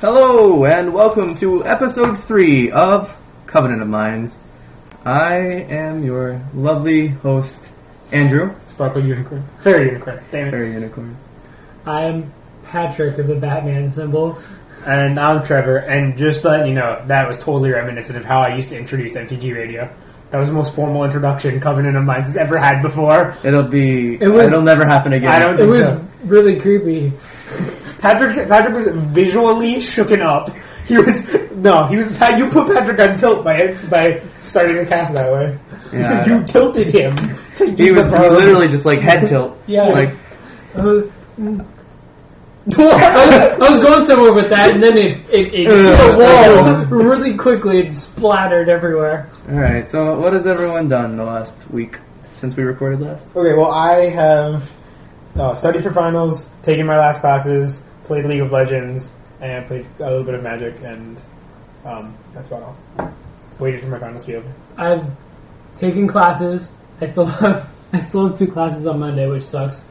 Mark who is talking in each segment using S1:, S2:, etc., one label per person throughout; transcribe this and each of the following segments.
S1: Hello, and welcome to episode three of Covenant of Minds. I am your lovely host, Andrew.
S2: Sparkle Unicorn. Fair Unicorn. Damn it.
S1: Fairy Unicorn.
S3: I'm Patrick of the Batman symbol.
S2: And I'm Trevor, and just letting you know, that was totally reminiscent of how I used to introduce MTG Radio. That was the most formal introduction Covenant of Minds has ever had before.
S1: It'll be. It
S3: It was-
S1: will never happen again.
S2: I don't
S3: It
S2: think
S3: was
S2: so.
S3: really creepy.
S2: Patrick, Patrick was visually shooken up. He was, no, he was, you put Patrick on tilt by, by starting the cast that way.
S1: Yeah.
S2: you tilted him to
S1: He
S2: use
S1: was
S2: the pronoun.
S1: literally just like head tilt.
S3: Yeah.
S1: Like,
S3: Uh, mm. I was going somewhere with that, and then it it, it hit the wall really quickly and splattered everywhere.
S1: alright, so what has everyone done the last week since we recorded last?
S2: Okay, well, I have uh, studied for finals, taken my last classes, played League of Legends, and played a little bit of Magic, and um, that's about all. Waited for my finals to be over.
S3: I've taken classes. I still have I still have two classes on Monday, which sucks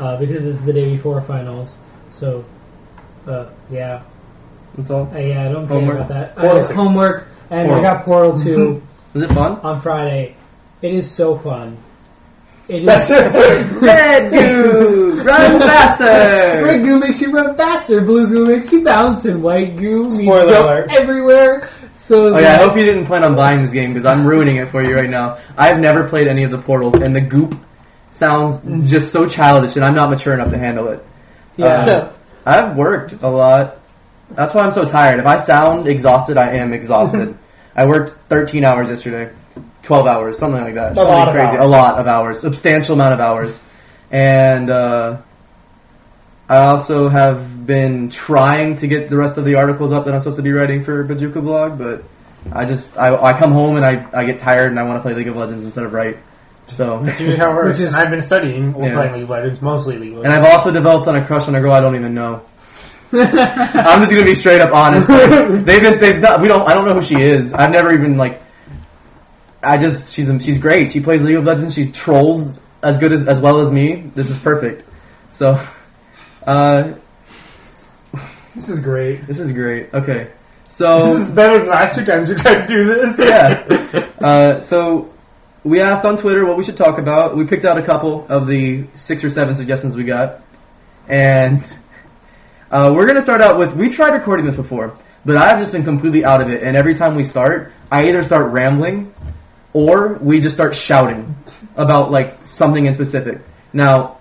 S3: uh, because it's the day before finals. So, uh, yeah,
S1: That's all?
S3: I, yeah, I don't care
S1: Homework.
S3: about that.
S2: Portal
S3: I have
S2: two.
S3: homework, and
S1: Portal.
S3: I got Portal Two
S1: Was it fun?
S3: on Friday. It is so fun. It is.
S2: That's
S1: Red goo! Run
S3: Red
S1: faster!
S3: goo makes you run faster. Blue goo makes you bounce, and white goo means
S2: Spoiler
S3: jump
S2: alert.
S3: everywhere. So
S1: Oh yeah, I hope you didn't plan on buying this game because I'm ruining it for you right now. I've never played any of the portals and the goop sounds just so childish and I'm not mature enough to handle it.
S3: yeah.
S1: Uh, I've worked a lot. That's why I'm so tired. If I sound exhausted, I am exhausted. I worked 13 hours yesterday, 12 hours, something like that.
S2: A
S1: something
S2: lot of
S1: crazy. A
S2: hours.
S1: lot of hours, substantial amount of hours, and uh, I also have been trying to get the rest of the articles up that I'm supposed to be writing for Bajuka Blog, but I just I, I come home and I, I get tired and I want to play League of Legends instead of write. So
S2: usually how it works.
S3: Which is-
S2: And I've been studying or
S1: Yeah.
S2: playing League of Legends, mostly League of
S1: and
S2: Legends.
S1: I've also developed on a crush on a girl I don't even know. I'm just gonna be straight up honest. Like, they've been, they've not, we don't, I don't know who she is. I've never even like, I just, she's, she's great. She plays League of Legends. She's trolls as good as, as well as me. This is perfect. So, uh,
S2: This is great.
S1: this is great. Okay.
S2: This
S1: So,
S2: is better than the last two times we tried to do this.
S1: Yeah. uh, so we asked on Twitter what we should talk about. We picked out a couple of the six or seven suggestions we got, and uh, we're gonna start out with. We tried recording this before, but I've just been completely out of it. And every time we start, I either start rambling or we just start shouting about like something in specific. Now,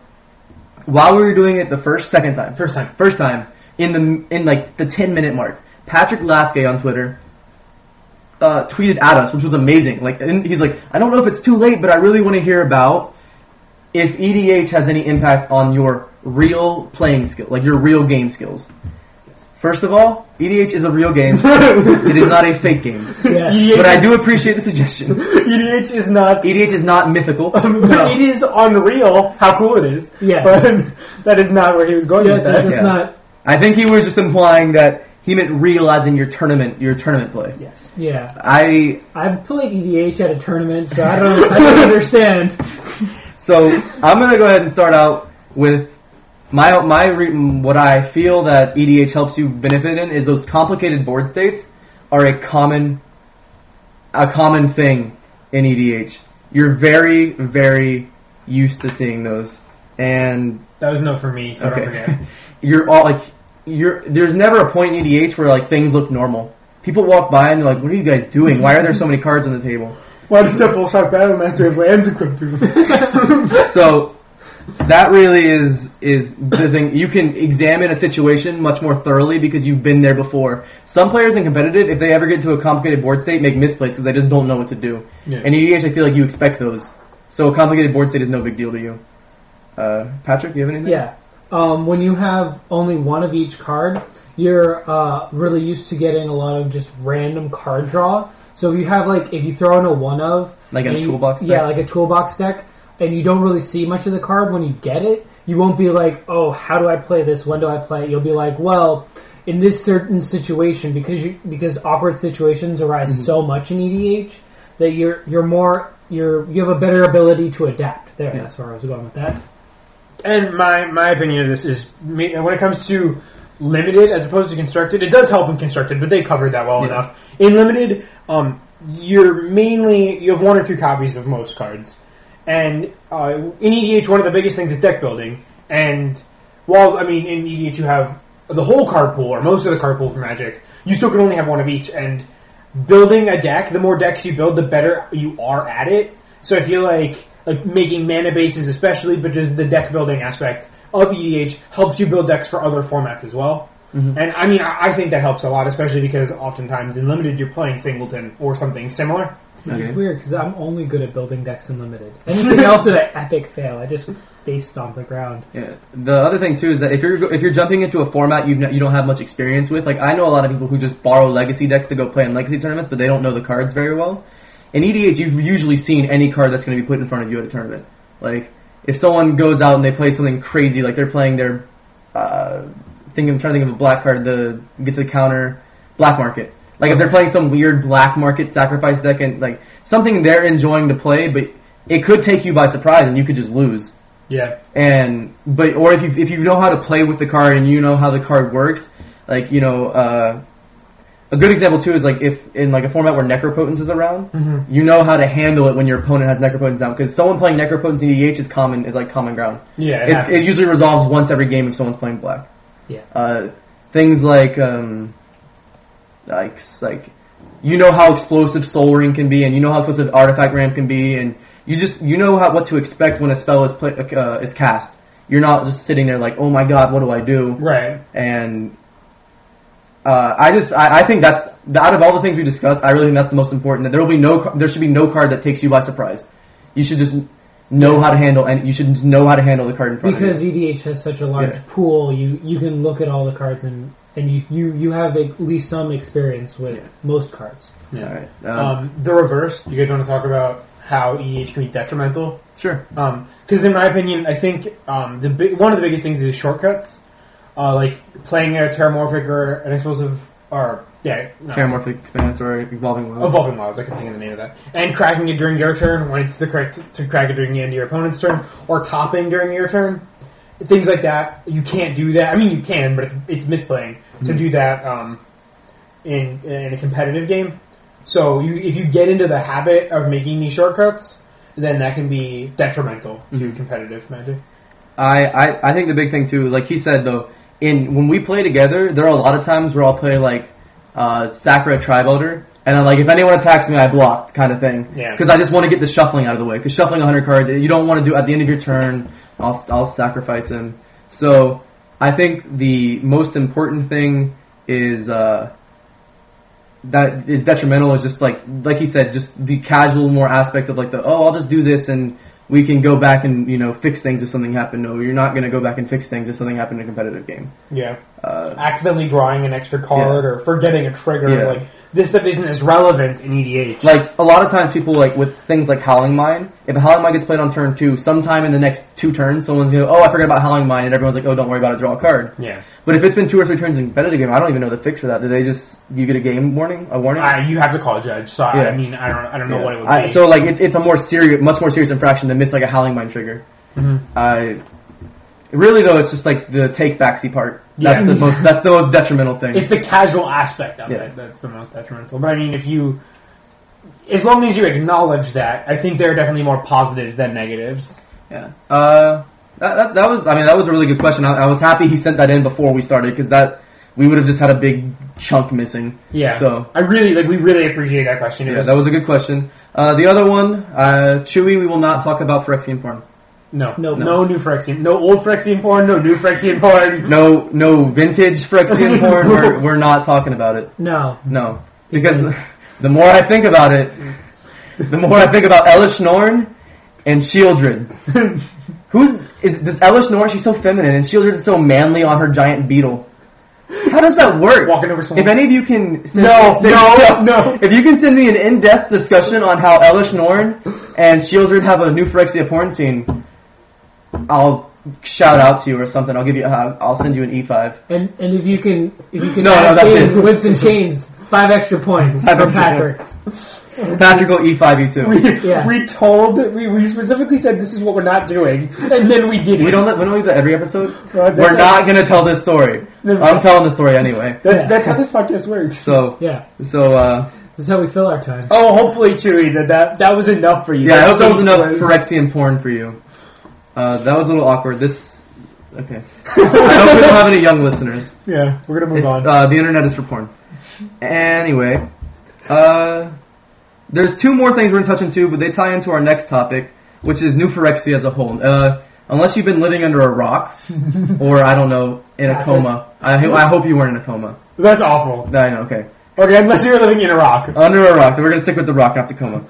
S1: while we were doing it the first, second time,
S2: First time.
S1: first time in the in like the 10 minute mark patrick laske on twitter uh, tweeted at us which was amazing like and he's like i don't know if it's too late but i really want to hear about if edh has any impact on your real playing skill like your real game skills first of all edh is a real game it is not a fake game
S2: E
S3: Yes.
S1: but i do appreciate the suggestion
S2: EDH E is not
S1: edh is not mythical
S2: But
S1: No.
S2: It is unreal how cool it is.
S3: Yes.
S2: But that is not where he was going
S3: Yeah,
S2: with
S3: that-
S2: that.
S3: that's
S1: Yeah.
S3: not.
S1: i think he was just implying that he meant realizing your tournament your tournament play
S2: Yes.
S3: Yeah,
S1: i
S3: I played EDH at a tournament, so I don't. I don't understand.
S1: So I'm gonna go ahead and start out with my my re- what I feel that EDH helps you benefit in is those complicated board states are a common a common thing in EDH. You're very very used to seeing those, and
S2: That was no for me, so don't
S1: okay,
S2: forget.
S1: you're all like you're there's never a point in EDH where like things look normal. People walk by and they're like, "What are you guys doing? Why are there so many cards on the table?"
S2: What a simple shock battle master of lands equipped to.
S1: so that really is is the thing you can examine a situation much more thoroughly because you've been there before some players in competitive if they ever get to a complicated board state make misplays because they just don't know what to do
S2: Yeah.
S1: and in edh i feel like you expect those so a complicated board state is no big deal to you uh, patrick you have anything
S3: Yeah. Um, when you have only one of each card, you're uh, really used to getting a lot of just random card draw. So if you have like if you throw in a one of
S1: Like a
S3: and you-
S1: toolbox deck?
S3: yeah, like a toolbox deck, and you don't really see much of the card when you get it, you won't be like, oh, how do I play this? When do I play it? You'll be like, well, in this certain situation, because you because awkward situations arise
S1: Mm-hmm.
S3: so much in EDH that you're you're more you're you have a better ability to adapt. There, that's where I was going with that.
S2: and my, my opinion of this is, me- when it comes to limited as opposed to constructed. It does help in constructed, but they covered that well
S1: Yeah.
S2: enough. In limited, um, you're mainly you have one or two copies of most cards, and uh, in EDH one of the biggest things is deck building. And while I mean in EDH you have the whole card pool or most of the card pool for Magic, you still can only have one of each. And building a deck, the more decks you build, the better you are at it. So I feel like like making mana bases, especially, but just the deck building aspect of EDH helps you build decks for other formats as well. And I mean, I I think that helps a lot, especially because oftentimes in limited you're playing singleton or something similar.
S3: Which
S1: Okay.
S3: is weird because I'm only good at building decks in limited. Anything else is an epic fail. I just face stomp the ground.
S1: Yeah. The other thing too is that if you're if you're jumping into a format you've n- you don't have much experience with, like I know a lot of people who just borrow legacy decks to go play in legacy tournaments, but they don't know the cards very well. In EDH, you've usually seen any card that's going to be put in front of you at a tournament. Like if someone goes out and they play something crazy, like they're playing their uh, think I'm trying to think of a black card the gets a counter black market. Like if they're playing some weird black market sacrifice deck and like something they're enjoying to play, but it could take you by surprise and you could just lose
S2: Yeah.
S1: and but or if you if you know how to play with the card and you know how the card works, like you know, uh, a good example too is like if in like a format where necropotence is around,
S2: Mm-hmm.
S1: you know how to handle it when your opponent has necropotence down because someone playing necropotence in EDH is common is like common ground.
S2: Yeah. it
S1: It's,
S2: happens.
S1: it usually resolves once every game if someone's playing black.
S3: Yeah.
S1: Uh, things like um, like like you know how explosive soul ring can be, and you know how explosive artifact ramp can be, and you just you know how, what to expect when a spell is pla uh, is cast. You're not just sitting there like, oh my god, what do I do?
S2: right.
S1: And uh, I just I, I think that's the- out of all the things we discussed, I really think that's the most important. That there will be no ca- there should be no card that takes you by surprise. You should just know how to handle and you should just know how to handle the card in front of you.
S3: Because EDH has such a large
S1: Yeah.
S3: pool, you, you can look at all the cards and, and you, you, you have at least some experience with most cards.
S1: All right. Um,
S2: Um, the reverse. You guys want to talk about how EDH can be detrimental?
S1: sure.
S2: Because Um, in my opinion, I think um, the big, one of the biggest things is shortcuts, uh, like playing a terramorphic or an explosive or yeah, no,
S1: Paramorphic expanse or evolving worlds.
S2: Evolving Wilds, I can think of the name of that. And cracking it during your turn when it's the correct to crack it during the end of your opponent's turn, or topping during your turn. Things like that. You can't do that. I mean, you can, but it's, it's misplaying to
S1: Hmm.
S2: do that um, in, in a competitive game. So you, if you get into the habit of making these shortcuts, then that can be detrimental
S1: Mm-hmm.
S2: to competitive magic.
S1: I, I I think the big thing too, like he said though, in when we play together, there are a lot of times where I'll play like uh, Sakura Tribe Elder, and I'm like, if anyone attacks me, I block, kind of thing.
S2: Yeah.
S1: Because I just want to get the shuffling out of the way. Because shuffling 100 cards, you don't want to do at the end of your turn. I'll I'll sacrifice him. So I think the most important thing is. Uh, that is detrimental is just like like he said, just the casual more aspect of like the oh I'll just do this and we can go back and you know fix things if something happened. No, you're not gonna go back and fix things if something happened in a competitive game.
S2: Yeah.
S1: Uh,
S2: Accidentally drawing an extra card or forgetting a trigger.
S1: Yeah.
S2: Like, this stuff isn't as relevant in E EDH.
S1: like a lot of times people like with things like Howling Mine. If a Howling Mine gets played on turn two, sometime in the next two turns, someone's gonna oh I forgot about Howling Mine and everyone's like oh don't worry about it, draw a card.
S2: yeah.
S1: But if it's been two or three turns in a competitive game, I don't even know the fix for that. Do they just you get a game warning, a warning?
S2: I, you have to call a judge. So I,
S1: Yeah.
S2: I mean, I don't, I don't know
S1: Yeah.
S2: what it would be.
S1: I- so like it's it's a more serious, much more serious infraction than miss like a howling mine trigger.
S2: Mhm.
S1: I really though it's just like the take backsy part. That's
S2: Yeah.
S1: the most that's the most detrimental thing.
S2: it's the casual aspect of
S1: Yeah.
S2: it that's the most detrimental. But I mean, if you, as long as you acknowledge that, I think there are definitely more positives than negatives.
S1: yeah. Uh, that, that that was I mean that was a really good question. I, I was happy he sent that in before we started because that we would have just had a big chunk missing.
S2: Yeah.
S1: So
S2: I really like. We really appreciate that question. It
S1: yeah,
S2: was-
S1: that was a good question. Uh, the other one, uh, Chewy, we will not talk about Phyrexian porn.
S2: no, no,
S3: No.
S2: no new Phyrexian, no old Phyrexian porn, no new Phyrexian porn.
S1: No, no vintage Phyrexian porn. We're, we're not talking about it.
S3: No.
S1: No, because the more I think about it, the more I think about Elish Norn and Shieldred. Who's is this Elish Norn? She's so feminine, and Shieldred is so manly on her giant beetle. How does that work?
S2: Walking over someone.
S1: If any Oh, of you can send
S2: No,
S1: send-
S2: no, no.
S1: If you can send me an in-depth discussion on how Elish Norn and Shieldred have a new Phyrexia porn scene, I'll shout out to you or something. I'll give you. Uh, I'll send you an E5.
S3: And and if you can if you can
S1: No, no,
S3: add
S1: that's
S3: in
S1: it.
S3: whips and chains, five extra points
S1: Five
S3: for
S1: extra
S3: Patrick.
S1: Patrick will E5, E2.
S2: We,
S3: Yeah.
S2: we told we, we specifically said this is what we're not doing, and then we did it.
S1: We don't, let- we don't do that every episode.
S2: Well, that's-
S1: We're not Oh. gonna tell this story.
S2: No.
S1: I'm telling the story anyway.
S2: That's
S3: Yeah.
S2: that's how this podcast works.
S1: So,
S3: Yeah,
S1: so, uh,
S3: this is how we fill our time.
S2: Oh, hopefully, Chewy, that that, that was enough for you.
S1: yeah, I hope that was
S2: least
S1: enough
S2: was-
S1: Phyrexian porn for you. Uh, that was a little awkward. This, okay. I hope we don't have any young listeners.
S2: Yeah, we're gonna move on.
S1: Uh, the internet is for porn. Anyway, uh, there's two more things we're gonna touch into, but they tie into our next topic, which is Nuphorexia as a whole. Uh, unless you've been living under a rock, or I don't know, in a
S3: Gotcha.
S1: coma. I, ho- I hope you weren't in a coma.
S2: That's awful.
S1: No, I know, okay.
S2: Okay, unless you're living in Iraq.
S1: Under a rock. Then we're gonna stick with the rock, not the coma.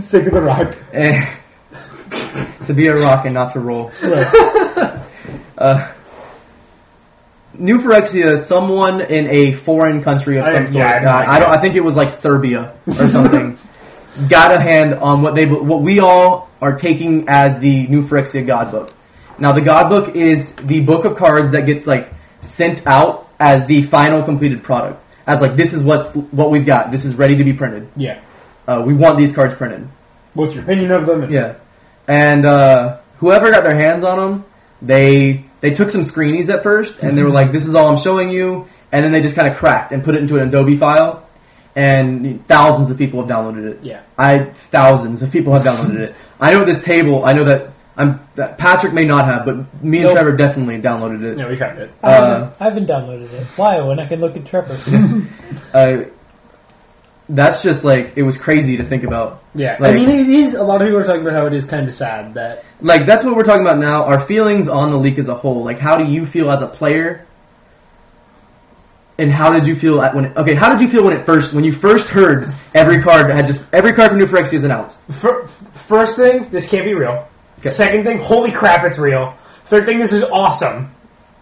S2: Stick with the rock.
S1: Eh, to be a rock and not to roll.
S2: Right.
S1: Uh, Nuphorexia, someone in a foreign country of
S2: I-
S1: some sort.
S2: yeah, I have no
S1: Uh, I,
S2: idea.
S1: don't. I think it was like Serbia or something. got a hand on what they what we all are taking as the Nuphorexia God Book. Now the God Book is the book of cards that gets like sent out as the final completed product. As like this is what's what we've got. This is ready to be printed.
S2: Yeah.
S1: Uh, we want these cards printed.
S2: What's your opinion of them?
S1: Yeah, and uh, whoever got their hands on them, they they took some screenies at first, and they were like, "This is all I'm showing you," and then they just kind of cracked and put it into an Adobe file, and thousands of people have downloaded it.
S2: Yeah.
S1: I thousands of people have downloaded it. I know this table. I know that I'm that Patrick may not have, but me and
S3: Nope.
S1: Trevor definitely downloaded it.
S2: Yeah, we found it.
S3: I
S1: Uh,
S3: haven't, I haven't downloaded it. Why? When I can look at Trevor.
S1: Uh, that's just like it was crazy to think about.
S2: Yeah. I
S1: Like-
S2: mean, it is. A lot of people are talking about how it is kind of sad that.
S1: like that's what we're talking about now our feelings on the leak as a whole like how do you feel as a player and how did you feel at when it, okay how did you feel when it first when you first heard every card had just every card from new Phyrexia is announced
S2: Fir- first thing, this can't be real.
S1: Okay.
S2: Second thing, holy crap, it's real. Third thing, this is awesome.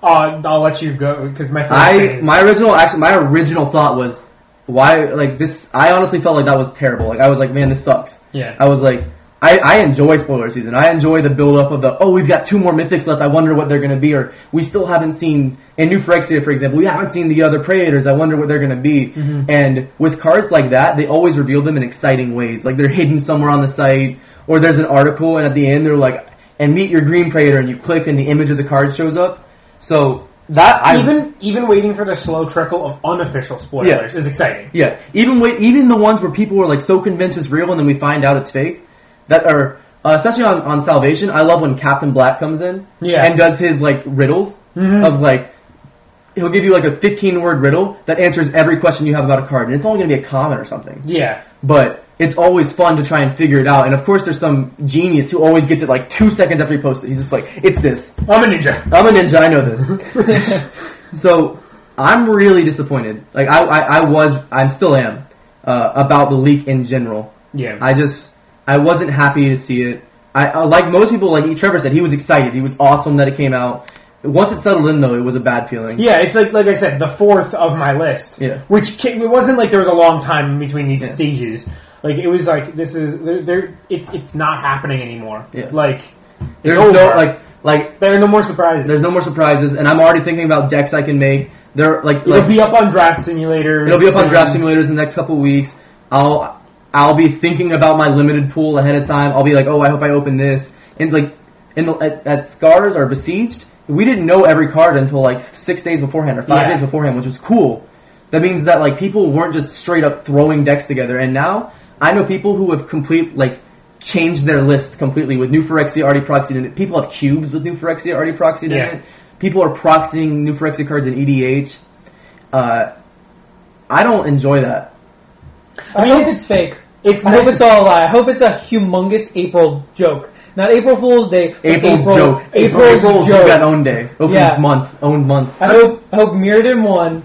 S2: Uh, I'll let you go because my first thing
S1: i
S2: is-
S1: my original actually my original thought was why like this i honestly felt like that was terrible like i was like man this sucks
S2: Yeah.
S1: i was like I, I enjoy spoiler season. I enjoy the build up of the oh we've got two more mythics left. I wonder what they're gonna be, or we still haven't seen in New Phyrexia, for example, we haven't seen the other Praetors. I wonder what they're gonna be. And with cards like that, they always reveal them in exciting ways. Like they're hidden somewhere on the site, or there's an article, and at the end they're like, and meet your green Praetor, and you click, and the image of the card shows up. So that I
S2: even even waiting for the slow trickle of unofficial spoilers
S1: Yeah.
S2: is exciting.
S1: Yeah, even wait, even the ones where people were like so convinced it's real, and then we find out it's fake. That are uh, especially on, on Salvation. I love when Captain Black comes in,
S2: Yeah.
S1: and does his like riddles of like he'll give you like a fifteen word riddle that answers every question you have about a card, and it's only going to be a comment or something.
S2: Yeah,
S1: But it's always fun to try and figure it out. And of course, there's some genius who always gets it like two seconds after he posts it. He's just like, "It's this."
S2: I'm a ninja.
S1: I'm a ninja. I know this. so I'm really disappointed. Like I, I, I was, I still am uh, about the leak in general.
S2: Yeah,
S1: I just, I wasn't happy to see it. I, I like most people, like Trevor said, he was excited. He was awesome that it came out. Once it settled in, though, it was a bad feeling.
S2: yeah. It's like like I said, the fourth of my list.
S1: Yeah.
S2: which ca- it wasn't like there was a long time in between these
S1: Yeah.
S2: stages. Like it was like this is there. there it's it's not happening anymore.
S1: Yeah.
S2: Like
S1: There's
S2: it's
S1: no
S2: over.
S1: like, like
S2: there are no more surprises.
S1: there's no more surprises, and I'm already thinking about decks I can make. There, like,
S2: It'll
S1: like
S2: be up on draft simulators.
S1: It'll be up on
S2: soon.
S1: draft simulators in the next couple weeks. I'll I'll be thinking about my limited pool ahead of time. I'll be like, oh, I hope I open this. And like, in the, at, at Scars or Besieged, we didn't know every card until like six days beforehand or five
S2: Yeah.
S1: days beforehand, which was cool. That means that like people weren't just straight up throwing decks together. And now I know people who have complete like changed their list completely with New Phyrexia already proxied in it. People have cubes with New Phyrexia already proxied
S2: Yeah.
S1: in it. People are proxying New Phyrexia cards in EDH. Uh, I don't enjoy that.
S3: I,
S2: mean,
S3: hope
S2: it's-
S3: it's fake.
S2: It's
S3: I hope it's all a lie. I hope it's a humongous April joke. Not April Fool's Day. but
S1: April's
S3: April,
S1: joke.
S3: April's, joke.
S1: You got own day. Open
S3: Yeah.
S1: month. Owned month.
S3: I hope I hope Mirrodin won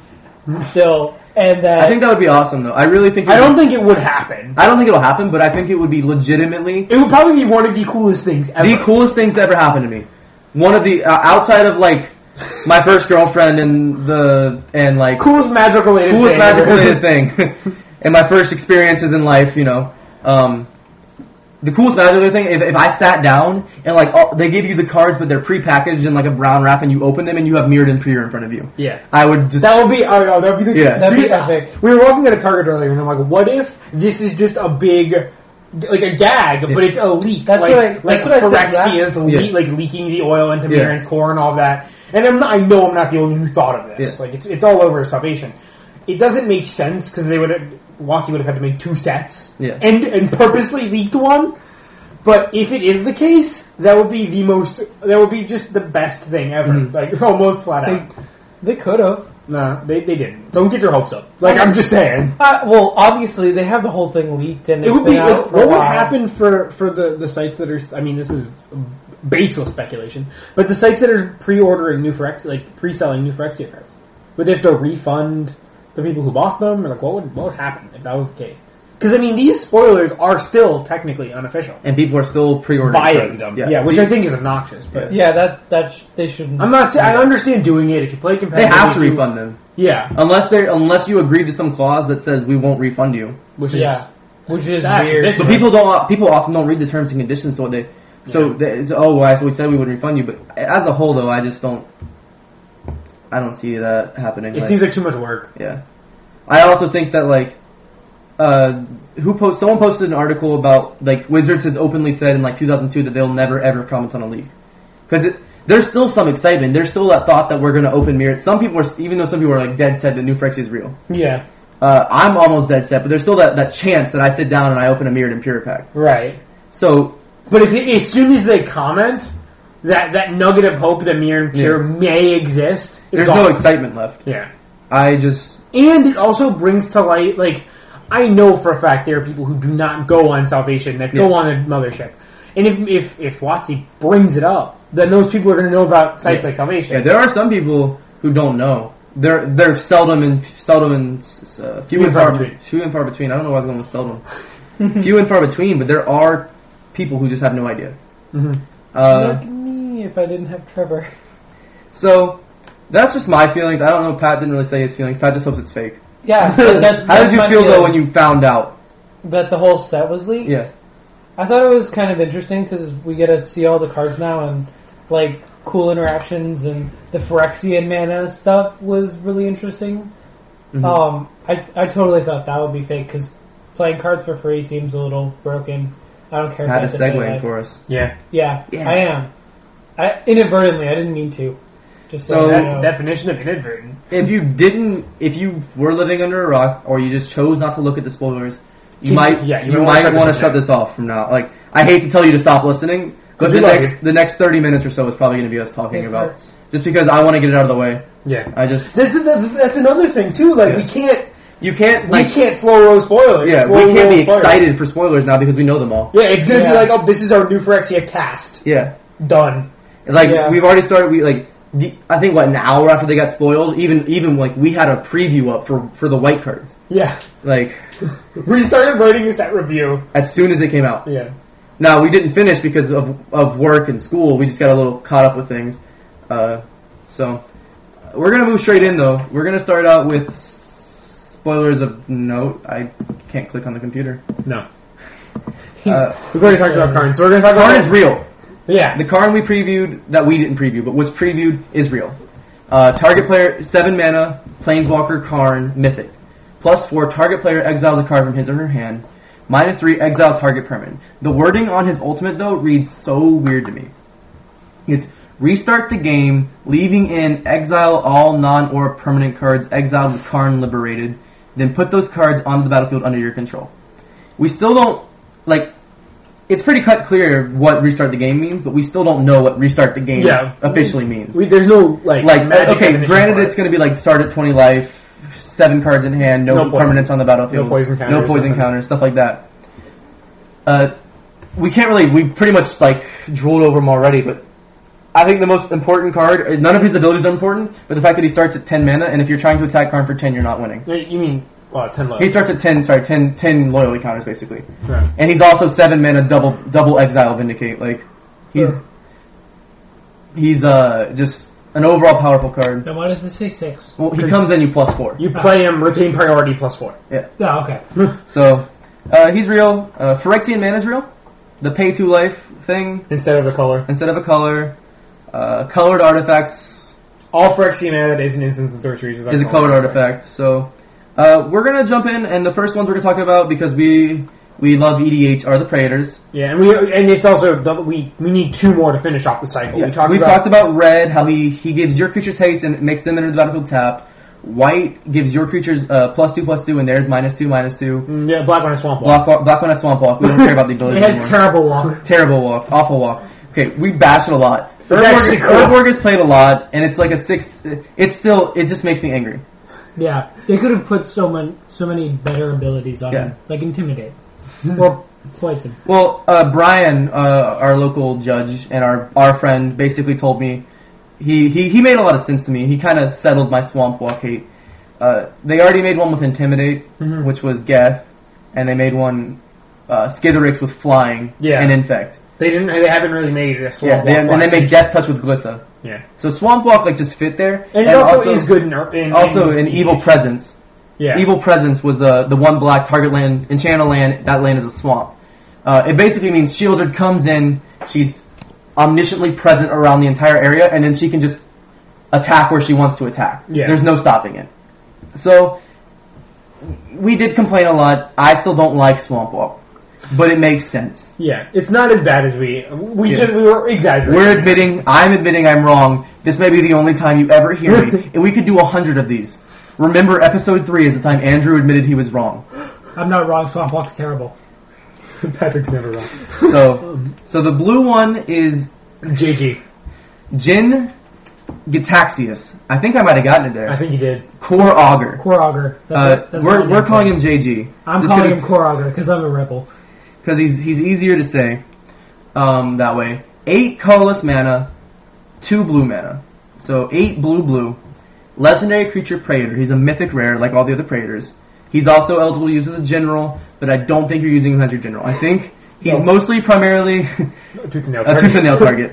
S3: still, and that
S1: I think that would be awesome, though. I really think. it
S2: I don't
S1: would-
S2: think it would happen.
S1: I don't think it'll happen, but I think it would be legitimately
S2: It would probably be one of the coolest things ever.
S1: the coolest things that ever happened to me. One of the uh, outside of like my first girlfriend and the and like
S2: coolest magic related.
S1: coolest
S2: thing
S1: magic
S2: ever.
S1: related thing, and my first experiences in life. You know, um, the coolest magic thing, if, if I sat down and like, oh, they give you the cards, but they're prepackaged in like a brown wrap, and you open them and you have mirrored and Imperior in front of you.
S2: Yeah.
S1: I would just.
S2: That would be oh no, that would be the,
S1: Yeah.
S2: that'd be
S3: Yeah.
S2: epic. We were walking at a Target earlier, and I'm like, what if this is just a big, like a gag, but it's a leak,
S3: That's
S2: like
S3: what I-
S2: like
S3: that's what I said
S2: Phyrexia's
S1: Yeah.
S2: leak, like leaking the oil into
S1: Yeah.
S2: Mirren's core and all that. And I'm not, I know I'm not the only one who thought of this.
S1: Yeah.
S2: Like it's it's all over Salvation. It doesn't make sense because they would have Watsy would have had to make two sets,
S1: Yeah.
S2: and and purposely leaked one. But if it is the case, that would be the most. That would be just the best thing ever.
S1: Mhm.
S2: Mm-hmm. Like almost flat out.
S3: They could have.
S2: No, they, they didn't. Don't get your hopes up. Like I'm just saying,
S3: Uh, well, obviously they have the whole thing leaked, and
S2: it
S3: it's
S2: would be
S3: been out
S2: like,
S3: for a
S2: what would
S3: while.
S2: happen for for the the sites that are. I mean, this is baseless speculation, but the sites that are pre-ordering new Phyrex, like pre-selling new Phyrexia cards, would they have to refund the people who bought them, or like what would what would happen if that was the case? Because I mean, these spoilers are still technically unofficial.
S1: and people are still pre-ordering
S2: Buying
S1: cards.
S2: them,
S1: Yes.
S2: yeah, which I think is obnoxious. But
S3: Yeah, that that sh- they shouldn't.
S2: I'm not. sa- I understand doing it if you play
S1: they
S2: competitive.
S1: have to
S2: if you-
S1: refund them
S2: Yeah,
S1: unless they unless you agree to some clause that says we won't refund you.
S2: which is
S3: Yeah, which is
S2: That's
S3: weird.
S1: But
S2: ridiculous.
S1: people don't. People often don't read the terms and conditions, so they. So they, so, oh, well, so we said we would refund you, but as a whole, though, I just don't. I don't see that happening.
S2: it
S1: like-
S2: seems like too much work.
S1: Yeah. I also think that like uh who post someone posted an article about like Wizards has openly said in like 2002 that they'll never ever comment on a leak. Cuz there's still some excitement. There's still that thought that we're going to open mirror. Some people are even though some people are like dead set that New Phyrexia is real.
S2: Yeah,
S1: Uh, I'm almost dead set, but there's still that, that chance that I sit down and I open a mirrored Imperial pack.
S2: right.
S1: So
S2: But if, as soon as they comment, that that nugget of hope that Mirror and Cure may exist is
S1: there's
S2: gone.
S1: no excitement left.
S2: yeah,
S1: I just
S2: and it also brings to light like I know for a fact there are people who do not go on Salvation that go
S1: Yeah.
S2: on the mothership, and if if if Watsy brings it up, then those people are going to know about sites
S1: Yeah.
S2: like Salvation.
S1: yeah, there are some people who don't know. They're they're seldom and seldom and uh, few, and far between. Few and far between. I don't know why I was going with seldom. few and far between, but there are people who just have no idea.
S2: Mhm.
S1: Uh,
S3: Look at me if I didn't have Trevor.
S1: So that's just my feelings. I don't know. Pat didn't really say his feelings. Pat just hopes it's fake.
S3: Yeah. that- that's-
S1: How did
S3: that's
S1: you
S3: my
S1: feel though
S3: feeling,
S1: when you found out?
S3: that the whole set was leaked?
S1: Yeah,
S3: I thought it was kind of interesting because we get to see all the cards now and like cool interactions and the Phyrexian mana stuff was really interesting.
S1: Mhm.
S3: Um, I I totally thought that would be fake because playing cards for free seems a little broken. I don't care. if
S1: Pat
S3: I
S1: is
S3: have to pay
S1: segueing
S3: that.
S1: for us.
S2: yeah.
S3: Yeah,
S1: Yeah.
S3: I am. I inadvertently, I didn't mean to. Just
S1: So-
S3: so you
S2: That's
S3: know.
S2: the definition of inadvertent.
S1: If you didn't, if you were living under a rock, or you just chose not to look at the spoilers, you
S2: Can-
S1: might,
S2: yeah,
S1: you,
S2: you might wanna
S1: might
S2: shut this
S1: want to
S2: down.
S1: shut this off from now. Like, I hate to tell you to stop listening, but
S2: we
S1: the
S2: love
S1: next, the next thirty minutes or so is probably going to be us talking
S3: It
S1: about,
S3: hurts.
S1: just because I want to get it out of the way.
S2: Yeah,
S1: I just,
S2: this is that's, that's another thing too. Like we
S1: Yeah.
S2: can't
S1: you can't,
S2: we
S1: like,
S2: can't slow roll spoilers.
S1: yeah,
S2: Slow
S1: we can't
S2: roll
S1: be
S2: spoilers.
S1: excited for spoilers now because we know them all.
S2: Yeah, it's gonna
S3: Yeah.
S2: be like, oh, this is our new Phyrexia cast.
S1: Yeah,
S2: Done.
S1: like
S3: Yeah.
S1: we've already started. We like, the, I think what an hour after they got spoiled, even even like we had a preview up for for the white cards.
S2: Yeah.
S1: Like
S2: We started writing a set review.
S1: as soon as it came out.
S2: Yeah.
S1: Now we didn't finish because of of work and school. We just got a little caught up with things. Uh, so we're gonna move straight in though. We're gonna start out with s- spoilers of note. I can't click on the computer.
S2: No.
S3: He's-
S1: Uh,
S2: We've already talked about Karn, so we're gonna talk about
S1: Karn is real.
S2: Yeah.
S1: The Karn we previewed that we didn't preview, but was previewed is real. Uh, target player seven mana, Planeswalker Karn Mythic. Plus four, target player exiles a card from his or her hand. Minus three, exile target permanent. The wording on his ultimate though reads so weird to me. It's restart the game, leaving in exile all non or permanent cards exiled with Karn liberated, then put those cards onto the battlefield under your control. We still don't like it's pretty cut clear what restart the game means, but we still don't know what restart the game
S2: Yeah.
S1: officially means.
S2: We, there's no like
S1: like
S2: magic
S1: okay,
S2: definition for
S1: granted
S2: it.
S1: it's gonna be like start at twenty life, seven cards in hand, no,
S2: No poison.
S1: permanents on the battlefield,
S2: No poison counters,
S1: no poison
S2: nothing.
S1: counters, stuff like that. Uh, we can't really. We pretty much like drooled over him already, but I think the most important card. None of his abilities are important, but the fact that he starts at ten mana, and if you're trying to attack Karn for ten, you're not winning.
S2: Yeah, You mean well, ten less.
S1: He starts at ten. Sorry, 10, 10 loyalty counters basically,
S2: Yeah.
S1: and he's also seven mana double double exile vindicate. Like he's
S3: Sure.
S1: he's uh just an overall powerful card.
S3: then why does this say six?
S1: Well, he
S2: 'Cause-
S1: comes in you plus four.
S2: You play him, retain priority plus four.
S3: Yeah, Oh, okay.
S1: So, uh, he's real. Uh, Phyrexian man is real. the pay to life thing
S2: instead of the color.
S1: instead of a color. Uh, colored artifacts
S2: All Phyrexian mana that isn't instants and sorceries is,
S1: is a colored artifact. So uh, we're gonna jump in, and the first ones we're gonna talk about because we we love EDH are the Predators.
S2: Yeah, and we and it's also double- we we need two more to finish off the cycle.
S1: Yeah,
S2: we talked
S1: we've
S2: about
S1: talked about red, how he, he gives your creatures haste and makes them enter the battlefield tapped. White gives your creatures uh, plus two plus two and theirs minus two minus two.
S2: Mm, yeah, Black Mana Swamp Walk.
S1: Black wa- black one a swamp walk. We don't care about the ability
S3: It has
S1: anymore.
S3: terrible luck.
S1: Terrible walk, awful walk. Okay, we bash it a lot.
S2: actually
S1: Earthwork,
S2: cool.
S1: Earthwork is played a lot, and it's like a six. It's still it just makes me angry.
S3: Yeah, they could have put so many so many better abilities on
S1: Yeah.
S3: him, like intimidate or poison.
S1: Well, uh, Brian, uh, our local judge and our our friend, basically told me he, he, he made a lot of sense to me. He kind of settled my swamp walk hate. Uh, they already made one with intimidate,
S2: Mhm.
S1: which was Geth, and they made one uh, Skitherix with flying
S2: Yeah.
S1: and infect.
S2: They didn't. They haven't really made a
S1: Yeah,
S2: Swamp
S1: they,
S2: Walk.
S1: and they
S2: black.
S1: made Death Touch with Glissa.
S2: yeah,
S1: So swamp walk like just fit there,
S2: and, it also, is good in, in
S1: Also,
S2: in-
S1: an evil presence.
S2: Yeah,
S1: Evil Presence was the the one black target land in Channel land. That land is a swamp. Uh, it basically means Shieldred comes in. She's omnisciently present around the entire area, and then she can just attack where she wants to attack.
S2: Yeah.
S1: There's no stopping it. So we did complain a lot. I still don't like Swamp Walk, but it makes sense.
S2: Yeah, it's not as bad as we we
S1: Yeah.
S2: just we were exaggerating.
S1: We're admitting, I'm admitting I'm wrong. This may be the only time you ever hear me. and we could do a hundred of these. Remember, episode three is the time Andrew admitted he was wrong.
S3: I'm not wrong. Swamp Walk's terrible.
S2: Patrick's never wrong.
S1: So, so the blue one is
S2: JG,
S1: Jin Gitaxius. I think I might have gotten it
S2: I
S1: there.
S2: think he did.
S1: Core Augur.
S3: Korogger. That's
S1: Uh,
S3: what- that's what
S1: we're
S3: I'm
S1: we're
S3: gonna
S1: calling
S3: call
S1: him JG.
S3: I'm calling him Korogger because I'm a rebel.
S1: because he's he's easier to say um, that way. Eight colorless mana, two blue mana. So eight blue blue. Legendary creature Praetor. He's a mythic rare like all the other Praetors. He's also eligible to use as a general, but I don't think you're using him as your general. I think he's
S2: No.
S1: mostly primarily
S2: A tooth and nail
S1: a
S2: target.
S1: tooth and nail target,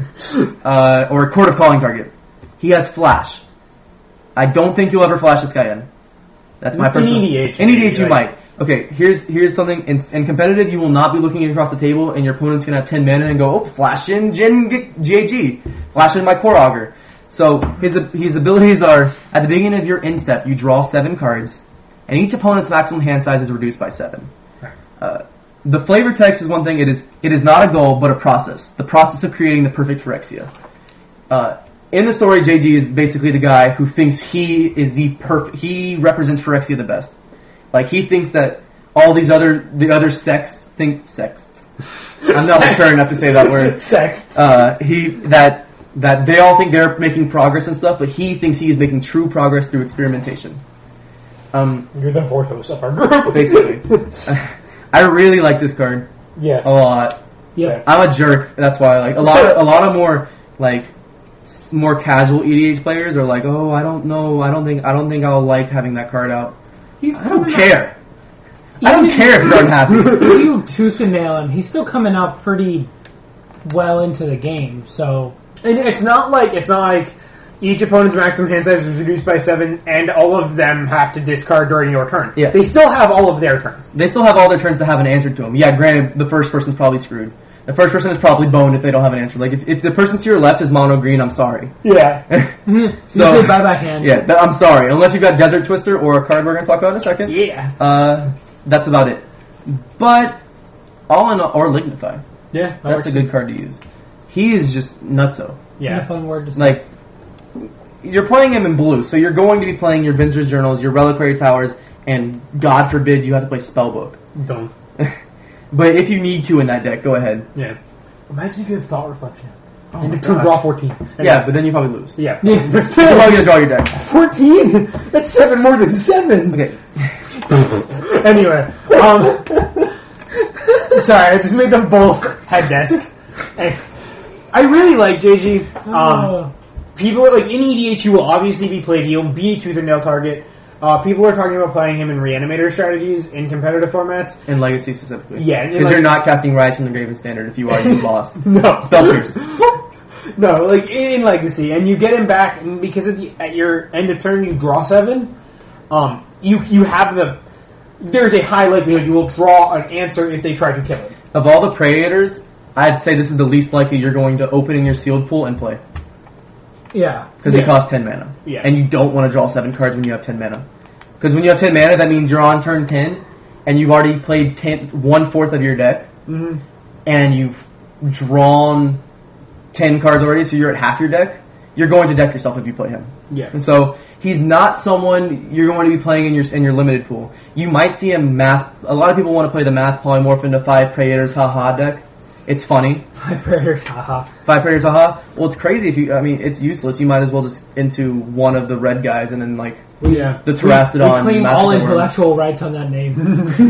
S1: uh, or a court of calling target. He has flash. I don't think you'll ever flash this guy in. That's my
S2: In
S1: personal.
S2: EDH,
S1: In EDH, you
S2: right.
S1: might. Okay, here's here's something. In, in competitive, you will not be looking across the table, and your opponent's gonna have ten mana and go, oh, flash in Jin G- JG, flash in my core auger. So his his abilities are at the beginning of your instep, you draw seven cards, and each opponent's maximum hand size is reduced by seven uh, the flavor text is one thing. It is it is not a goal, but a process. The process of creating the perfect Phyrexia. Uh, in the story, JG is basically the guy who thinks he is the perfect. He represents Phyrexia the best. Like he thinks that all these other the other sects think sects. I'm not mature enough to say that word.
S2: Sec.
S1: Uh, he that that they all think they're making progress and stuff, but he thinks he is making true progress through experimentation. Um,
S2: You're the Vorthos of our group.
S1: basically, I really like this card
S2: yeah.
S1: a lot.
S3: Yep.
S1: I'm a jerk. That's why. Like a lot, of, a lot of more like s- more casual EDH players are like, oh, I don't know, I don't think, I don't think I'll like having that card out.
S3: He's
S1: I don't
S3: coming
S1: care.
S3: Up,
S1: I don't
S3: even
S1: care if you're unhappy.
S3: if You tooth and nail him. He's still coming out pretty well into the game. So
S2: And it's not like it's not like each opponent's maximum hand size is reduced by seven, and all of them have to discard during your turn.
S1: Yeah.
S2: They still have all of their turns.
S1: They still have all their turns to have an answer to them. Yeah, granted, the first person's probably screwed. The first person is probably boned if they don't have an answer. Like if, if the person to your left is mono green, I'm sorry.
S2: Yeah.
S1: Mm-hmm. So-
S3: usually bye bye hand.
S1: Yeah, that, I'm sorry. Unless you've got Desert Twister or a card we're gonna talk about in a second.
S2: Yeah.
S1: Uh, that's about it. But all in all, or Lignify.
S2: Yeah. that
S1: That's
S2: works.
S1: a good card to use. He is just nutso.
S3: Isn't a
S2: Yeah.
S3: fun word to say.
S1: Like, you're playing him in blue, so you're going to be playing your Vincer's Journals, your Reliquary Towers, and God forbid you have to play Spellbook.
S2: Don't.
S1: but if you need to in that deck, go ahead.
S2: Yeah. Imagine if you have thought reflection.
S1: Oh
S2: and
S1: my
S2: it can
S1: gosh.
S2: draw fourteen.
S1: Yeah, but then you probably lose.
S2: Yeah.
S3: Yeah.
S2: But
S1: You're
S2: still,
S1: probably gonna draw your deck.
S2: fourteen. That's seven more than seven.
S1: Okay.
S2: anyway, um, sorry, I just made them both head desk. And I really like JG. Um,
S3: Oh,
S2: People like in EDH, you will obviously be played. He'll be a tooth and nail target. Uh, people are talking about playing him in reanimator strategies in competitive formats.
S1: In Legacy specifically.
S2: Yeah, in
S1: Because you're
S2: Legacy-
S1: not casting Rise from the Graven Standard. If you are, you lost.
S2: No
S1: Spell pierce.
S2: no, like in Legacy, and you get him back, and because at the at your end of turn you draw seven, um, you you have the. There's a high likelihood you will draw an answer if they try to kill him.
S1: Of all the Praetors, I'd say this is the least likely you're going to open in your sealed pool and play
S3: Yeah.
S1: because
S2: Yeah.
S1: it costs ten mana.
S2: Yeah.
S1: And you don't want to draw seven cards when you have ten mana, because when you have ten mana, that means you're on turn ten, and you've already played ten, one fourth of your deck,
S2: Mm-hmm.
S1: and you've drawn ten cards already, so you're at half your deck. You're going to deck yourself if you play him.
S2: Yeah.
S1: And so he's not someone you're going to be playing in your in your limited pool. You might see a mass. A lot of people want to play the mass polymorph into five predators haha deck. It's funny.
S3: My predators, haha.
S1: Five predators haha. Well, it's crazy if you. I mean, it's useless. You might as well just into one of the red guys and then like
S2: Yeah.
S1: the
S3: We
S1: Terastodon.
S3: claim all
S1: Mastodon.
S3: intellectual rights on that
S1: Mm-hmm.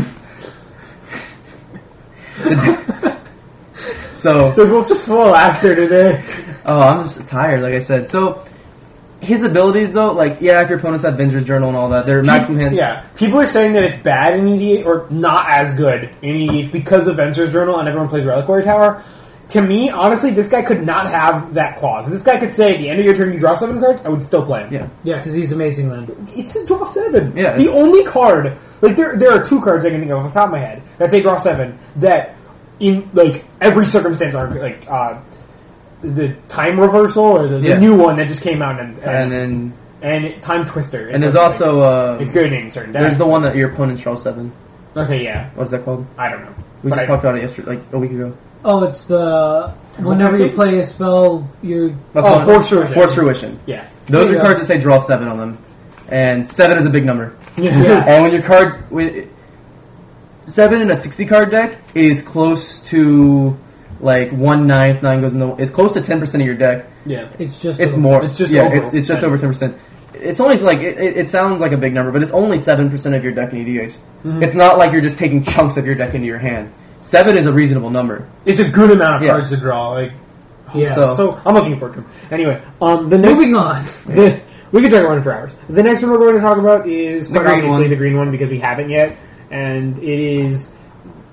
S3: name.
S1: So
S2: The room's just full of laughter today.
S1: Oh, I'm just tired, like I said. So, his abilities, though, like, yeah, if your opponents have Venger's Journal and all that, they're maximum hands.
S2: Yeah. People are saying that it's bad in EDH or not as good in EDH because of Venser's Journal and everyone plays Reliquary Tower. To me, honestly, this guy could not have that clause. This guy could say at the end of your turn you draw seven cards, I would still play him.
S1: Yeah.
S3: yeah, because he's amazing then.
S2: It's his draw seven.
S1: Yeah,
S2: The
S1: it's-
S2: only card like there there are two cards I can think of off the top of my head that say draw seven that in like every circumstance are like uh the time reversal or the, the
S1: Yeah.
S2: new one that just came out and
S1: And
S2: and,
S1: then,
S2: and time twister is
S1: and there's
S2: something.
S1: also, uh,
S2: it's good in certain decks.
S1: there's the one that your opponents draw seven.
S2: okay yeah
S1: What is that called?
S2: I don't know.
S1: We
S2: But
S1: just
S2: I-
S1: talked about it yesterday, like, a week ago.
S3: Oh, it's the whenever you play a spell, you're
S1: My
S2: Oh,
S1: opponent-
S2: Force Fruition.
S1: Force Fruition.
S2: Yeah.
S1: Those
S3: There
S1: are
S3: you
S1: cards that
S3: go.
S1: say draw seven on them. And seven is a big number.
S2: Yeah.
S1: And when your card when, seven in a sixty card deck is close to like one ninth, nine goes in the. It's close to ten percent of your deck.
S2: yeah.
S3: it's just
S1: It's
S3: a-
S1: more.
S2: It's just
S1: yeah.
S2: over
S1: it's it's just
S2: 10%.
S1: over ten percent. It's only like it, it, it sounds like a big number, but it's only seven percent of your deck in EDH. It's not like you're just taking chunks of your deck into your hand. Seven is a reasonable number.
S2: It's a good amount of
S1: Yeah.
S2: cards to draw. Like
S3: Yeah.
S1: So-
S2: so, I'm looking forward to them. Anyway, um, the next
S3: Moving on.
S2: the, we could talk about it for hours. The next one we're going to talk about is
S1: The
S2: quite
S1: green
S2: obviously
S1: one.
S2: the green one because we haven't yet, and it is.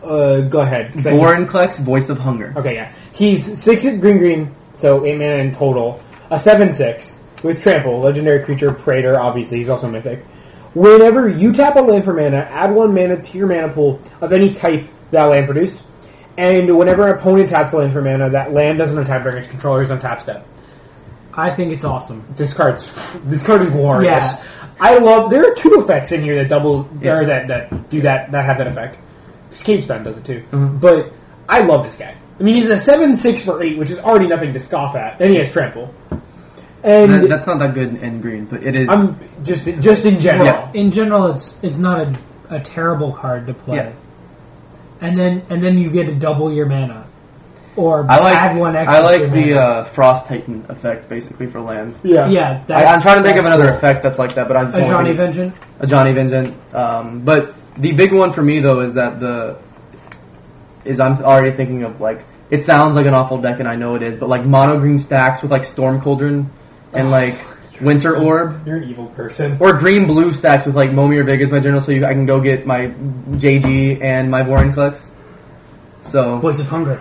S2: Uh, go ahead. 'cause I can-
S1: Vorinclex, Voice of Hunger.
S2: Okay, yeah. He's six at green green, so eight mana in total. A seven six with trample, legendary creature, praetor, obviously, he's also mythic. Whenever you tap a land for mana, add one mana to your mana pool of any type that land produced. And whenever an opponent taps a land for mana, that land doesn't untap during its controller's untap step.
S3: I think it's awesome.
S2: This card's this card is glorious.
S3: Yeah.
S2: I love there are two effects in here that double
S1: Yeah.
S2: or that, that do that that have that effect. Cage Stun does it too.
S1: Mhm.
S2: But I love this guy. I mean he's a seven six for eight, which is already nothing to scoff at. And he has trample. And
S1: That- that's not that good in green, but it is.
S2: I'm just just in general.
S1: Yeah.
S3: In general, it's it's not a, a terrible card to play.
S1: Yeah.
S3: And then and then you get to double your mana, or
S1: I like.
S3: add one extra.
S1: I
S3: to
S1: like
S3: your
S1: the
S3: mana.
S1: uh, Frost Titan effect, basically for lands.
S2: Yeah.
S3: yeah.
S1: I,
S3: That's,
S1: I'm trying to think of
S3: that's
S1: another
S3: cool.
S1: effect that's like that, but I'm just
S3: A
S1: only
S3: Johnny
S1: thinking-
S3: Vengeance.
S1: a Johnny Vincent. Um, but the big one for me though is that the is I'm already thinking of like it sounds like an awful deck, and I know it is, but like mono green stacks with like Storm Cauldron and like Winter Orb.
S2: You're an evil person.
S1: Or green blue stacks with like Momi or Vegas my general, so you, I can go get my JG and my Vorinclex. So
S3: Voice of Hunger.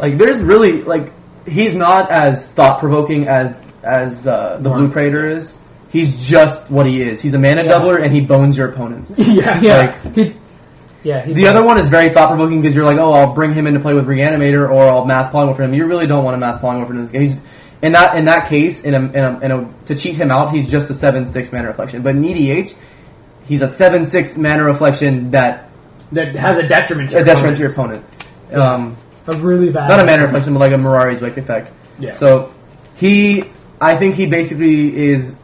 S1: like, there's really like he's not as thought provoking as as uh, the Blue Praetor is. He's just what he is. He's a mana
S3: Yeah.
S1: doubler, and he bones your opponents.
S2: yeah.
S3: Yeah. he, yeah. He
S1: The other one is very thought provoking because you're like, oh, I'll bring him into play with Reanimator, or I'll mass polymorph him. You really don't want to mass polymorph him in this game. He's, in that in that case, in a, in a, in a to cheat him out, he's just a seven six mana reflection. But in EDH, he's a seven six mana reflection that
S2: That has a detriment to
S1: a
S2: your
S1: detriment to your
S2: opponents.
S1: opponent. Um,
S3: a really bad.
S1: not a mana reflection, but like a Mirari's like effect.
S2: Yeah.
S1: So he, I think he basically is.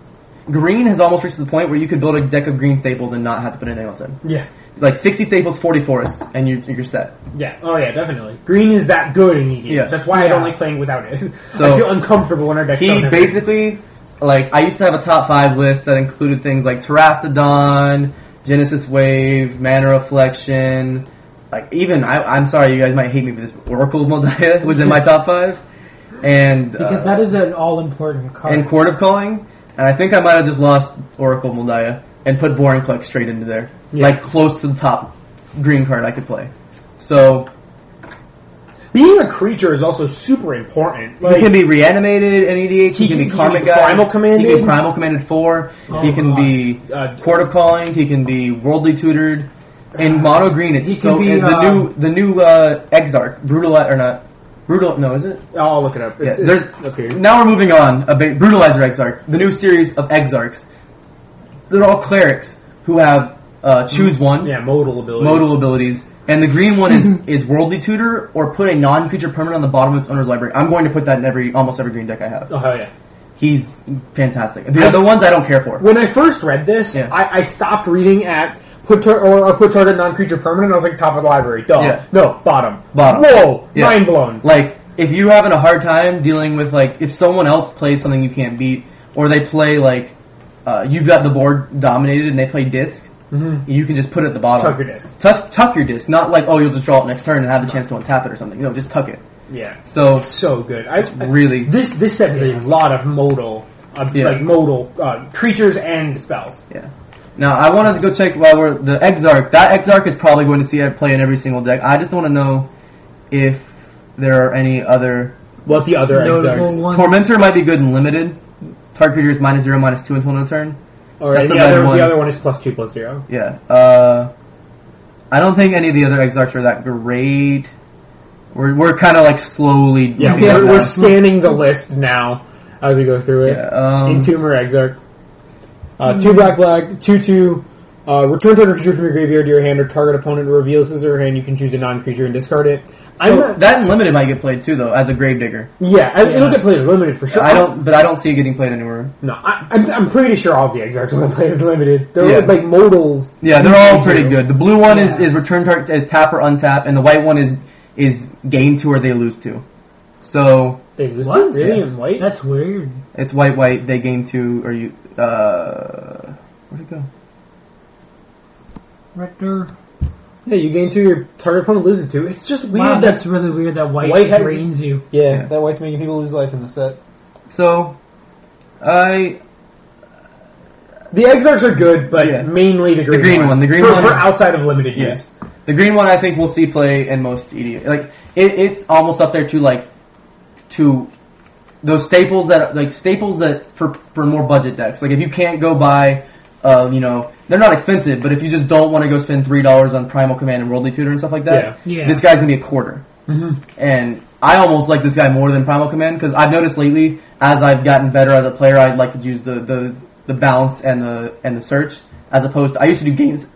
S1: Green has almost reached the point where you could build a deck of green staples and not have to put anything else in.
S2: Yeah.
S1: Like sixty staples, forty forests, and you, you're set.
S2: Yeah. Oh yeah, definitely. Green is that good in EDH.
S1: Yeah.
S2: That's why I don't
S3: Yeah.
S2: like playing without it.
S1: So-
S2: I feel uncomfortable when our deck.
S1: He basically, like, I used to have a top five list that included things like Terastodon, Genesis Wave, Mana Reflection, like even I, I'm sorry, you guys might hate me for this, but Oracle of Moldiah was in my top five, and
S3: because
S1: uh,
S3: that is an all important card.
S1: and Court of Calling, and I think I might have just lost Oracle of Moldiah and put Boring Click straight into there,
S2: Yeah.
S1: like close to the top green card I could play. So
S2: being a creature is also super important.
S1: he
S2: Like,
S1: can be reanimated in EDH. He, can,
S2: He can-
S1: be
S2: he can
S1: karmic
S2: be
S1: guy.
S2: primal
S1: He can
S2: commanded.
S1: be primal commanded four.
S3: Oh
S1: he can
S3: my.
S1: be
S2: Uh,
S1: court of calling. He can be worldly tutored. In mono green, it's
S3: He
S1: so
S3: can be,
S1: the
S3: uh,
S1: new the new uh, Exarch brutal or not brutal. No, is it?
S4: I'll look it up. It's,
S1: Yeah,
S4: it's
S1: there's-
S4: up here.
S1: Now we're moving on. A bit, Brutalizer Exarch, the new series of Exarchs. They're all clerics who have uh, choose one
S4: Yeah, modal ability.
S1: modal abilities, and the green one is is Worldly Tutor or put a non-creature permanent on the bottom of its owner's library. I'm going to put that in every almost every green deck I have.
S4: Oh hell yeah.
S1: He's fantastic. The other ones I don't care for.
S2: When I first read this,
S1: Yeah.
S2: I, I stopped reading at put tar- or, or put target non-creature permanent. I was like top of the library. Duh.
S1: Yeah.
S2: No, bottom.
S1: Bottom.
S2: Whoa,
S1: Yeah.
S2: mind blown.
S1: Like if you're having a hard time dealing with like if someone else plays something you can't beat, or they play like uh, you've got the board dominated and they play disc, you can just put it at the bottom.
S2: Tuck your disc.
S1: Tuck, tuck your disc, not like oh you'll just draw it next turn and have the chance to untap it or something. No, just tuck it.
S2: Yeah.
S1: So
S4: So good. I,
S1: really,
S2: This this set has a lot of modal, uh,
S1: Yeah.
S2: like modal uh, creatures and spells.
S1: yeah. Now I wanted to go check while we're the Exarch. That Exarch is probably going to see it play in every single deck. I just want to know if there are any other
S4: what the other
S3: Notable
S4: exarchs
S3: ones.
S1: Tormentor might be good in limited. Target creatures minus zero, minus two until end of turn.
S4: or
S1: That's
S4: any
S2: the
S1: bad
S2: other
S1: one.
S2: the other one is plus two plus zero.
S1: Yeah. Uh, I don't think any of the other Exarchs are that great. We're, we're kind of like slowly.
S2: Yeah,
S1: moving up
S2: we're,
S1: now.
S2: we're scanning the list now as we go through it.
S1: Yeah, um,
S2: Entomber Exarch. Uh, two black black, two two. Uh, return target creature from your graveyard to your hand or target opponent reveals his or her hand. You can choose a non-creature and discard it. I'm
S1: so
S2: not,
S1: that in limited might get played too, though, as a Gravedigger.
S2: yeah, I it'll get played in limited for sure.
S1: I don't, but I don't see it getting played anywhere.
S2: No, I, I'm, I'm pretty sure all of the Exarchs will play in limited. They're
S1: Yeah.
S2: like modals.
S1: Yeah, they're all pretty
S2: do.
S1: good. The blue one is, is return target is tap or untap, and the white one is is gain to or they lose to. So
S2: They lose
S3: What?
S2: to really
S1: Yeah.
S2: in white.
S3: That's weird.
S1: it's white white they gain two or you uh where'd it go?
S3: Rector.
S2: Yeah, you gain two, your target opponent loses two. It's just weird.
S3: Wow,
S2: that's
S3: that's really weird that white,
S2: White has-
S3: drains you.
S4: yeah,
S1: Yeah.
S4: that white's making people lose life in the set.
S1: So I
S2: the Exarchs are good, but
S1: Yeah.
S2: mainly the green,
S1: green one, the green
S2: for,
S1: one-
S2: for outside of limited
S1: Yeah.
S2: use.
S1: The green one I think we'll see play in most EDH. Like it, it's almost up there to like to those staples that like staples that for for more budget decks. Like if you can't go buy, uh, you know, they're not expensive, but if you just don't want to go spend three dollars on Primal Command and Worldly Tutor and stuff like that,
S3: Yeah. Yeah.
S1: this guy's gonna be a quarter. And I almost like this guy more than Primal Command because I've noticed lately as I've gotten better as a player, I'd like to use the the the balance and the and the search as opposed to I used to do gains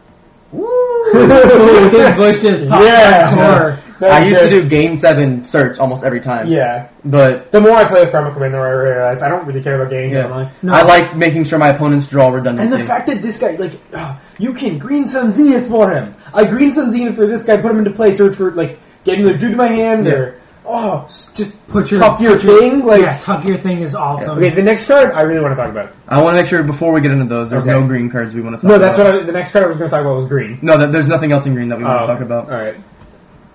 S3: His voice just popped
S2: Yeah.
S3: hardcore.
S2: That
S1: I
S2: was
S1: used
S2: good.
S1: to do game seven search almost every time.
S2: Yeah.
S1: But
S2: The more I play with Primal Command, the more I realize I don't really care about getting
S1: yeah,
S2: hit online.
S3: No.
S1: I like making sure my opponents draw
S4: And
S1: redundancy.
S4: the fact that this guy, like, uh, you can Green Sun Zenith for him. I Green Sun Zenith for this guy, put him into play, search for, like, get him to do to my hand, or, oh, s- just
S3: Put your-
S4: tuck your thing, like,
S3: yeah, tuck your thing is awesome.
S2: Okay, the next card I really want to talk about.
S1: I want to make sure before we get into those, there's
S2: Okay.
S1: no green cards we want to talk
S2: No,
S1: about.
S2: that's what I, the next card I was going to talk about was green.
S1: No, that, there's nothing else in green that we want
S2: Oh,
S1: to talk about.
S2: All right.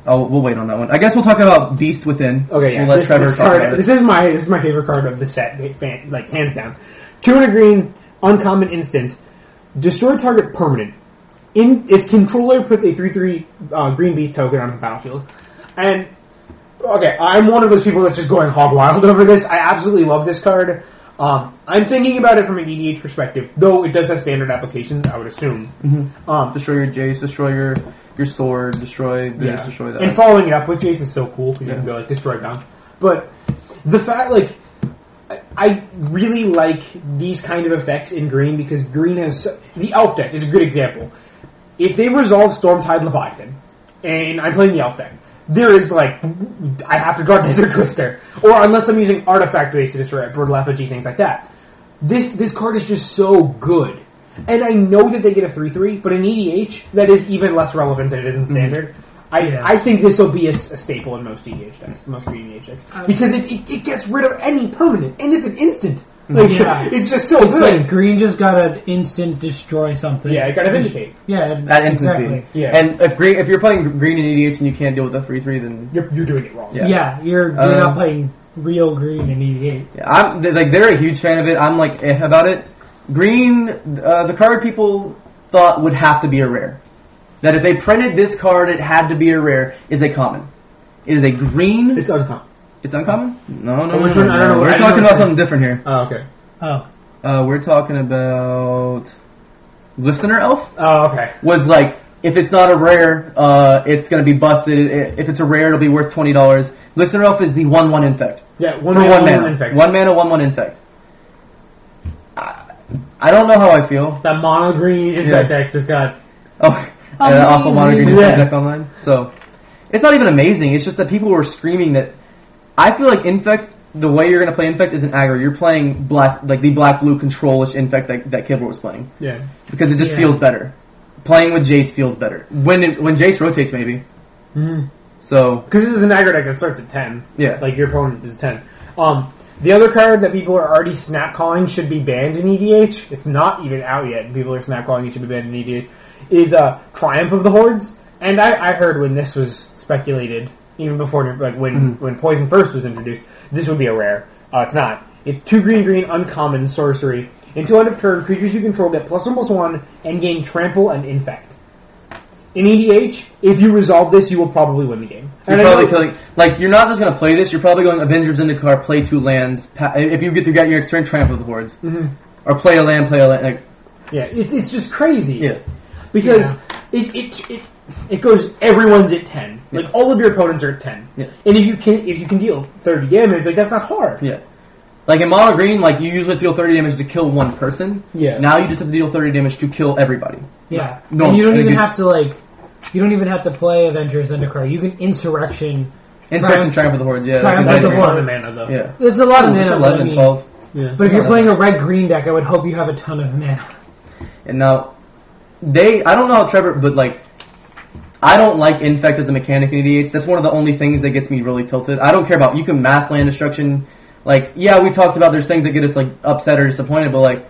S1: Oh, we'll wait on that one. I guess we'll talk about Beast Within.
S2: Okay, yeah.
S1: We'll let
S2: this,
S1: Trevor
S2: this
S1: talk
S2: card-
S1: about it.
S2: This is my this is my favorite card of the set, ba- fan- like hands down. Two and a green, uncommon instant, destroy target permanent. In its controller puts a three three uh, green beast token onto the battlefield, and okay, I'm one of those people that's just going hog wild over this. I absolutely love this card. Um, I'm thinking about it from an EDH perspective, though it does have standard applications, I would assume.
S1: Mm-hmm.
S2: Um,
S1: Destroy your Jace, destroy your your sword, destroy this, destroy that.
S2: and following it up with Jace is so cool because you can
S1: Yeah.
S2: go like destroy bounce. But the fact like I- I really like these kind of effects in green because green has so- the elf deck is a good example. If they resolve Stormtide Leviathan, and I'm playing the elf deck, there is like I have to draw Desert Twister, or unless I'm using artifact based to destroy it, Brutal Effigy, things like that. This this card is just so good. And I know that they get a 3-3, but in EDH, that is even less relevant than it is in Standard. I,
S3: Yeah.
S2: I think this will be a, s- a staple in most EDH decks, most green EDH decks. Because it, it, it gets rid of any permanent, and it's an instant. Like,
S3: Yeah.
S2: it's just so
S3: It's
S2: good.
S3: like green just got an instant destroy something.
S2: yeah, it got to vindicate.
S3: Yeah,
S1: at instant
S3: exactly.
S1: speed.
S2: Yeah.
S1: And if green, if you're playing green in EDH and you can't deal with a three three, then
S2: You're, you're doing it wrong.
S1: Yeah.
S3: Yeah, you're you're
S1: Um,
S3: not playing real green in E EDH.
S1: Yeah, I'm they like they're a huge fan of it. I'm like eh about it. Green, uh, the card people thought would have to be a rare. That if they printed this card, it had to be a rare. Is a common. It is a green. It's,
S2: It's uncommon.
S1: uncommon. No, no, no,
S2: Oh, which
S1: no,
S2: one? I don't
S1: no.
S2: know what-
S1: We're
S2: I don't
S1: talking
S2: know
S1: about
S2: which
S1: something different here.
S2: Oh, okay.
S3: Oh,
S1: Uh, we're talking about listener elf
S2: Oh, okay.
S1: was like If it's not a rare, uh, it's going to be busted. I- If it's a rare, it'll be worth twenty dollars. Blitzing Elf is the one one infect
S4: Yeah, one
S1: for
S4: man,
S1: one
S4: one
S1: mana.
S4: infect.
S1: One mana, one one infect. I, I don't know how I feel.
S4: That mono green infect
S1: Yeah.
S4: deck just got.
S1: Oh, and an awful mono green
S4: Amazing.
S1: infect
S4: Yeah.
S1: deck online. So it's not even amazing. It's just that people were screaming that. I feel like infect. The way you're going to play infect isn't aggro. You're playing black, like the black blue controlish infect that that Kibler was playing
S4: Yeah.
S1: because it just
S3: Yeah.
S1: feels better. Playing with Jace feels better when it, when Jace rotates maybe.
S4: Mm.
S1: So
S2: Because this is an aggro deck that starts at 10.
S1: yeah,
S2: Like, your opponent is 10. Um, the other card that people are already snap calling should be banned in EDH, it's not even out yet, and people are snap calling it should be banned in EDH, is uh, Triumph of the Hordes. And I, I heard when this was speculated, even before, like, when,
S1: Mm-hmm.
S2: when Poison First was introduced, this would be a rare. Uh, it's not. It's two green green uncommon sorcery. Until end of turn, creatures you control get plus one plus one and gain trample and infect. In EDH, if you resolve this, you will probably win the game.
S1: you're
S2: And I
S1: probably
S2: know-
S1: killing. Like you're not just gonna play this. You're probably going Avengers in the car, play two lands. Pa- if you get to get your next turn, trample the hordes,
S2: Mhm.
S1: or play a land, play a land. Like
S2: Yeah, it's it's just crazy.
S1: yeah,
S2: Because it, it it it goes everyone's at ten. Like all of your opponents are at ten.
S1: Yeah.
S2: And if you can if you can deal thirty damage, like that's not hard.
S1: yeah. Like in mono green, like you usually deal 30 damage to kill one person.
S2: Yeah.
S1: Now you just have to deal 30 damage to kill everybody.
S3: Yeah.
S1: No,
S3: and you don't
S1: and
S3: even
S1: good-
S3: have to like. You don't even have to play Avengers Undercard. You can insurrection.
S1: Insect and
S3: Triumph-
S1: triumph of the hordes. Yeah.
S3: Triumph
S1: that's
S2: That's
S3: of
S2: a
S3: the
S1: great.
S3: Hordes.
S2: lot of mana though.
S1: Yeah.
S3: There's a lot of
S1: It's
S3: mana. but I
S1: 11,
S3: mean-
S1: 12.
S3: But if you're
S1: Yeah.
S3: playing a red green deck, I would hope you have a ton of mana.
S1: And now, they, I don't know how Trevor, but like, I don't like Infect as a mechanic in EDH. That's one of the only things that gets me really tilted. I don't care about, you can mass land destruction. Like, yeah, we talked about there's things that get us like upset or disappointed, but like,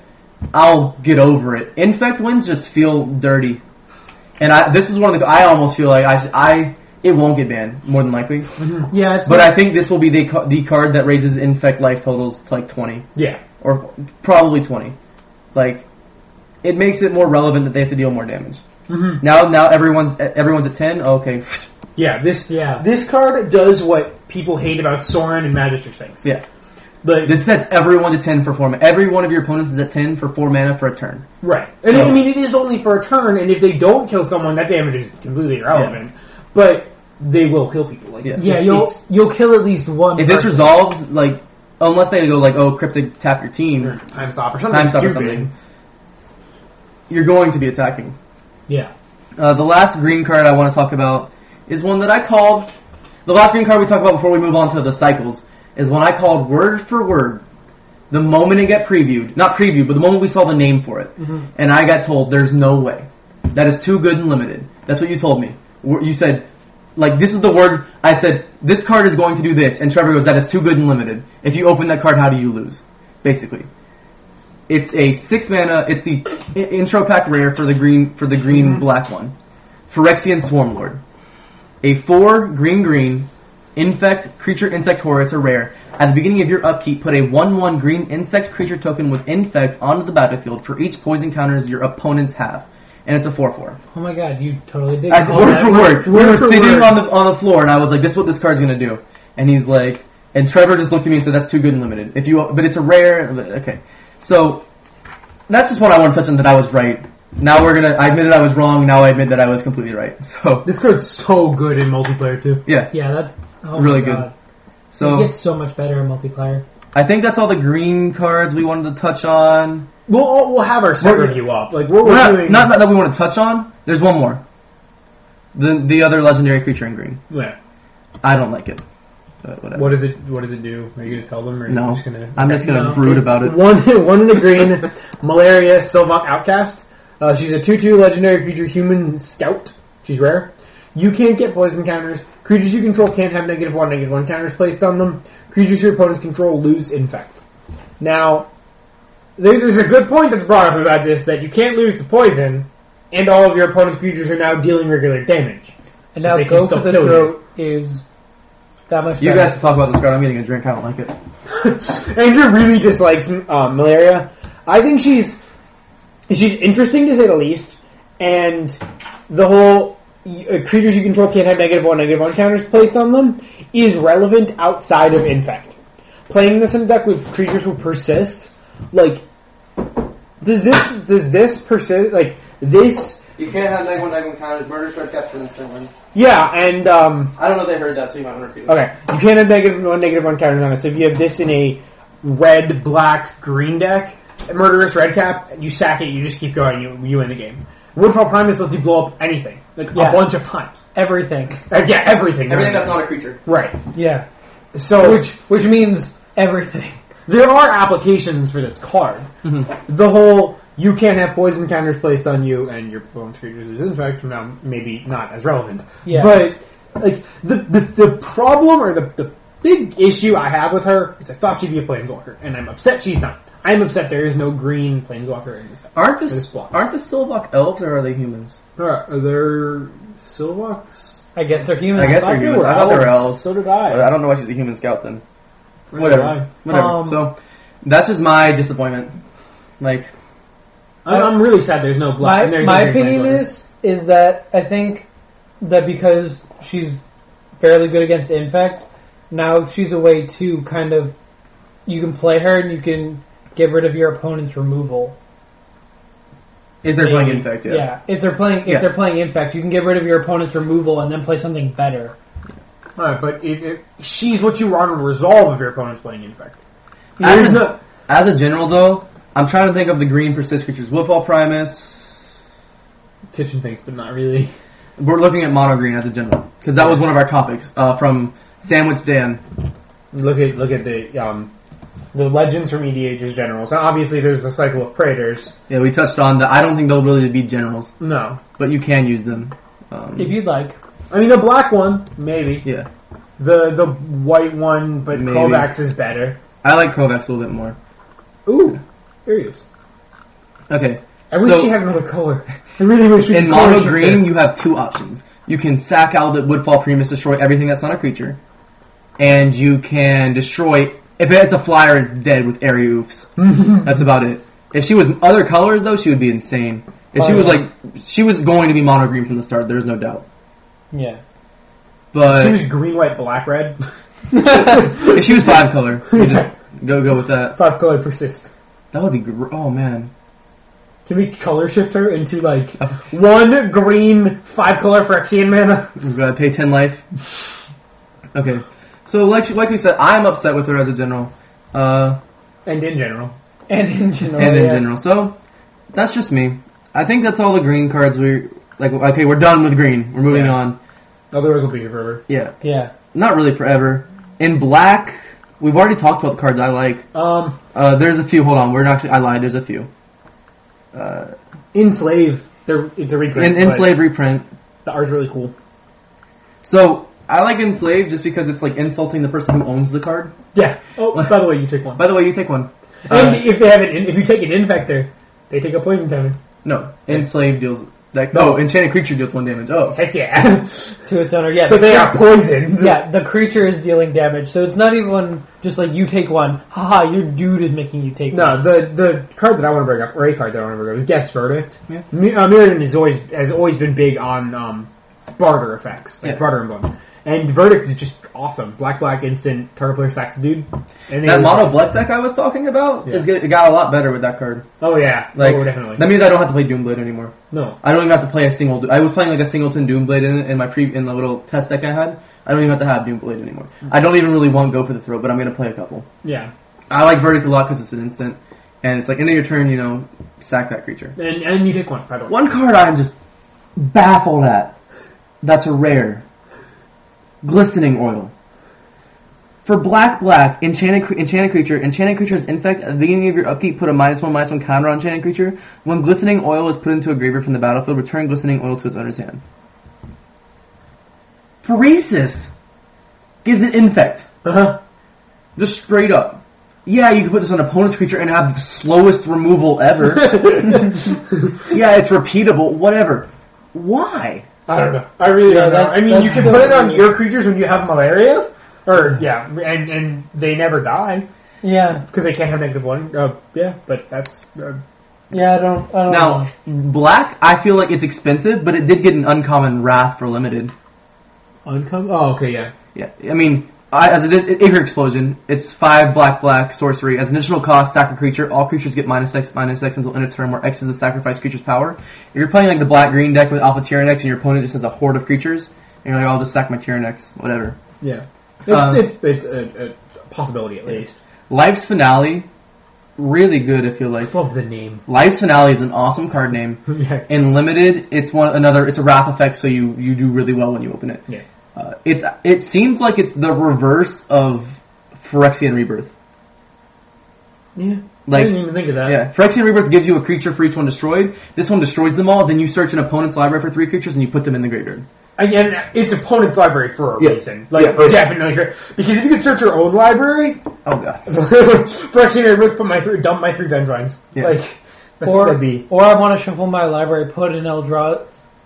S1: I'll get over it. Infect wins just feel dirty. And I, this is one of the, I almost feel like I, sh- I, it won't get banned, more than likely.
S3: Yeah, it's
S1: But
S3: like,
S1: I think this will be the, ca- the card that raises Infect life totals to like 20
S2: Yeah.
S1: or probably 20. Like, it makes it more relevant that they have to deal more damage.
S2: Mhm.
S1: Now, now everyone's everyone's at 10. Okay,
S2: Yeah, This
S3: Yeah.
S2: this card does what people hate about Soren and Magister Sphinx.
S1: yeah.
S2: Like
S1: This sets everyone to 10 for four. mana. Every one of your opponents is at 10 for four mana for a turn.
S2: right. And
S1: So-
S2: I mean it is only for a turn and if they don't kill someone that damage is completely irrelevant. But they will kill people like
S1: Yeah.
S2: this.
S3: yeah, you'll you'll kill at least one.
S1: If this
S3: person.
S1: resolves, like, unless they go like, oh, cryptic tap your team,
S2: or time stop or something
S1: time stop or
S2: stupid.
S1: something, you're going to be attacking.
S3: yeah,
S1: Uh, the last green card I want to talk about is one that I called. The last green card we talked about before we move on to the cycles is one I called word for word. The moment it got previewed, not previewed, but the moment we saw the name for it, and I got told, "There's no way. That is too good and limited." That's what you told me. Wh- You said, "Like this is the word." I said, "This card is going to do this," and Trevor goes, "That is too good and limited. If you open that card, how do you lose?" Basically, it's a six mana. It's the i- intro pack rare for the green for the green black one. Phyrexian Swarmlord. A four green green infect creature insect horror. It's a rare. At the beginning of your upkeep, put a one one green insect creature token with infect onto the battlefield for each poison counters your opponents have, and it's a four four.
S3: oh my god, you totally did.
S1: I,
S3: all
S1: word
S3: that.
S1: for word. we
S3: Word
S1: were
S3: for
S1: sitting
S3: word.
S1: on the on the floor, and I was like, "This is what this card's gonna do." And he's like, and Trevor just looked at me and said, "That's too good and limited. If you, but it's a rare." Okay, so that's just what I want to touch on. That I was right. Now we're gonna. I admitted I was wrong. Now I admit that I was completely right. So
S2: This card's so good in multiplayer too.
S1: yeah.
S3: Yeah, that oh
S1: Really
S3: my
S1: good. Oh.
S3: God. it
S1: So
S3: gets so much better in multiplayer.
S1: I think that's all the green cards we wanted to touch on.
S2: We'll we'll have our set
S1: We're-
S2: review up. Like what we're,
S1: We're not,
S2: doing.
S1: not that we want to touch on. There's one more. The the other legendary creature in green.
S2: Yeah.
S1: I don't like it. But whatever.
S2: What does it? What does it do? Are you gonna tell them? Or are you
S1: no,
S2: just gonna,
S1: I'm just gonna
S3: no,
S1: brood
S2: It's
S1: about it.
S2: One, one in the green, malaria, Sylvant outcast. Uh, she's a two-two legendary creature, human scout. She's rare. You can't get poison counters. Creatures you control can't have negative one, negative one counters placed on them. Creatures your opponents control lose infect. Now, there, there's a good point that's brought up about this that you can't lose to poison, and all of your opponent's creatures are now dealing regular damage.
S3: And
S2: So
S3: now
S2: they can
S3: go
S2: still
S3: for the
S2: kill you.
S3: throat is that much.
S1: You
S3: better.
S1: guys talk about this card. I'm getting a drink. I don't like it.
S2: Andrew really dislikes uh, malaria. I think she's she's interesting to say the least, and the whole uh, creatures you control can't have negative one, negative one counters placed on them is relevant outside of infect. Playing this in a deck with creatures who persist, like does this does this persist? Like this
S1: You can't have night one, night one counters, murder short capture instant win.
S2: Yeah, and um,
S1: I don't know if they heard that, so you might want to repeat it.
S2: okay, you can't have negative one, negative one counters on it. So if you have this in a red, black, green deck, murderous red cap, you sack it. You just keep going. You you win the game. Woodfall Primus lets you blow up anything, like
S3: Yeah.
S2: a bunch of times.
S3: Everything.
S2: Uh, yeah, everything.
S1: Everything that's not a creature.
S2: right.
S3: Yeah.
S2: So
S3: Which which means everything.
S2: there are applications for this card.
S3: Mm-hmm.
S2: The whole you can't have poison counters placed on you and your opponent's creatures is infect now maybe not as relevant.
S3: Yeah.
S2: But like the the, the problem or the, the big issue I have with her is I thought she'd be a planeswalker and I'm upset she's not. I'm upset there is no green planeswalker in this. deck.
S1: Aren't the
S2: This block.
S1: aren't the Silvok elves or are they humans?
S2: Alright, are there Silvox?
S3: I guess they're human.
S1: I guess they're humans. I thought they were elves.
S2: So did I.
S1: But I don't know why she's a human scout then.
S2: Where did
S1: Whatever.
S2: I?
S1: Whatever.
S3: Um,
S1: so that's just my disappointment. Like
S2: I, I'm really sad there's no black.
S3: My,
S2: there's no
S3: my
S2: green
S3: opinion
S2: planeswalker.
S3: is is that I think that because she's fairly good against infect, now she's a way to kind of you can play her and you can get rid of your opponent's removal.
S1: if they're playing
S3: Maybe.
S1: infect, yeah.
S3: yeah. If they're playing if
S1: Yeah.
S3: they're playing infect, you can get rid of your opponent's removal and then play something better.
S2: Alright, but if, if she's what you want to resolve if your opponent's playing infect.
S1: As,
S2: There's no-
S1: a, as a general though, I'm trying to think of the green persist creatures. Woodfall Primus.
S2: kitchen things, but not really.
S1: We're looking at mono green as a general because that was one of our topics uh, from Sandwich Dan.
S2: Look at look at the um, the legends from EDH's generals. Now, obviously, there's the cycle of praters.
S1: Yeah, we touched on that. I don't think they'll really be generals,
S2: No,
S1: but you can use them. Um,
S3: If you'd like.
S2: I mean the black one maybe
S1: yeah,
S2: the the white one, but
S1: Maybe.
S2: Kovacs is better.
S1: I like Kovacs a little bit more.
S2: Ooh, there he is.
S1: Okay,
S2: I wish
S1: So-
S2: she had another color. I really wish we
S1: in
S2: could
S1: mono
S2: color shift
S1: green,
S2: it.
S1: you have two options. You can sack out Outlet, Woodfall, Primus, destroy everything that's not a creature, and you can destroy. If it's a flyer, it's dead with airy oofs.
S2: Hmm.
S1: that's about it. If she was other colors, though, she would be insane. If she
S3: Oh,
S1: was
S3: yeah.
S1: like, she was going to be mono green from the start. There's no doubt.
S3: Yeah.
S1: But
S2: She was green, white, black, red.
S1: if she was five color, you just go go with that.
S2: Five color persist.
S1: That would be gr- oh man.
S2: Can we color shift her into like one green, five color Phyrexian mana?
S1: We're gonna pay ten life. Okay, so like like we said, I'm upset with her as a general, uh,
S2: And in general.
S3: And in general.
S1: and in
S3: Oh, yeah.
S1: general. So that's just me. I think that's all the green cards we like. Okay, we're done with green. We're moving
S2: Yeah.
S1: on.
S2: Otherwise, we'll be here forever.
S1: Yeah,
S3: Yeah.
S1: not really forever. In black, we've already talked about the cards I like.
S2: Um,
S1: Uh, there's a few. Hold on, we're not. I lied. There's a few. Uh,
S2: Enslave. They're, it's a reprint.
S1: in in
S2: but
S1: slave reprint.
S2: The art's really cool.
S1: So I like enslaved just because it's like insulting the person who owns the card.
S2: Yeah. uh, Oh, by the way, you take one.
S1: By the way, you take one.
S2: and if they have an, in- if you take an infector, they take a poison town.
S1: No, enslaved deals like no enchanted creature deals one damage. Oh,
S2: Heck yeah.
S3: To its owner, yeah.
S2: so they are poisoned.
S3: Yeah, the creature is dealing damage, so it's not even just like you take one. Haha, your dude is making you take
S2: No,
S3: one.
S2: the the card that I want to bring up, or a card that I want to bring up, is Death's Verdict.
S1: Yeah.
S2: Mi- uh, Mirrodin is always has always been big on um, barter effects, like
S1: Yeah.
S2: barter and bone. And Verdict is just awesome. Black black instant target player sacks a dude. And they-
S1: that mono black deck I was talking about
S2: Yeah.
S1: is good, it got a lot better with that card.
S2: Oh yeah,
S1: Like
S2: oh definitely.
S1: that means I don't have to play Doomblade anymore.
S2: no,
S1: I don't even have to play a single. Do- I was playing like a singleton Doomblade in, in my pre in the little test deck I had. I don't even have to have Doomblade anymore. I don't even really want to go for the throw, but I'm gonna play a couple.
S2: yeah.
S1: I like Verdict a lot because it's an instant, and it's like end of your turn, you know, sack that creature.
S2: And and you take one. By the way.
S1: One card I'm just baffled at. That's a rare. Glistening oil. For black, black, enchanted, cre- enchanted creature, enchanted creature is infect. At the beginning of your upkeep, put a minus one, minus one counter on enchanted creature. When glistening oil is put into a graveyard from the battlefield, return glistening oil to its owner's hand. Phoresis gives it infect.
S2: Uh-huh.
S1: Just straight up. Yeah, you can put this on opponent's creature and have the slowest removal ever. yeah, it's repeatable, whatever. Why?
S2: I don't know. I really
S3: Yeah,
S2: don't know.
S3: that's-
S2: I mean, you
S3: that's
S2: can put it on
S3: really-
S2: your creatures when you have malaria, or yeah, and and they never die
S3: Yeah,
S2: because they can't have negative one. Uh, yeah, but that's uh,
S3: yeah, I don't, I don't
S1: Now,
S3: know.
S1: black, I feel like it's expensive, but it did get an uncommon wrath for limited.
S2: uncom. Oh, okay, yeah.
S1: Yeah, I mean, I, as an Aether Explosion, it's five black black sorcery. As an additional cost, sacrifice creature. All creatures get minus X minus X until end of turn, where X is the sacrifice creature's power. If you're playing like the black green deck with Alpha Tyrannex, and your opponent just has a horde of creatures, and you're like, "Oh, I'll just sack my Tyrannex, whatever.
S2: Yeah, it's
S1: Um,
S2: it's, it's a, a possibility at least.
S1: Life's Finale, really good. I feel like
S2: Love the name.
S1: Life's Finale is an awesome card name.
S2: yes.
S1: In limited, it's one another. It's a wrap effect, so you you do really well when you open it.
S2: yeah.
S1: Uh, it's it seems like it's the reverse of Phyrexian Rebirth.
S2: Yeah. I
S1: Like
S2: didn't even think of that.
S1: yeah, Phyrexian Rebirth gives you a creature for each one destroyed. This one destroys them all. Then you search an opponent's library for three creatures and you put them in the graveyard.
S2: Again, it's opponent's library for a
S1: Yeah.
S2: reason. Like
S1: Yeah, right.
S2: definitely, for- because if you could search your own library,
S1: Oh god.
S2: for actually I risk put my three dump my three Vendrines.
S1: Yeah.
S2: Like that's
S3: Or
S2: that'd be
S3: or I want to shuffle my library, put an Eldra,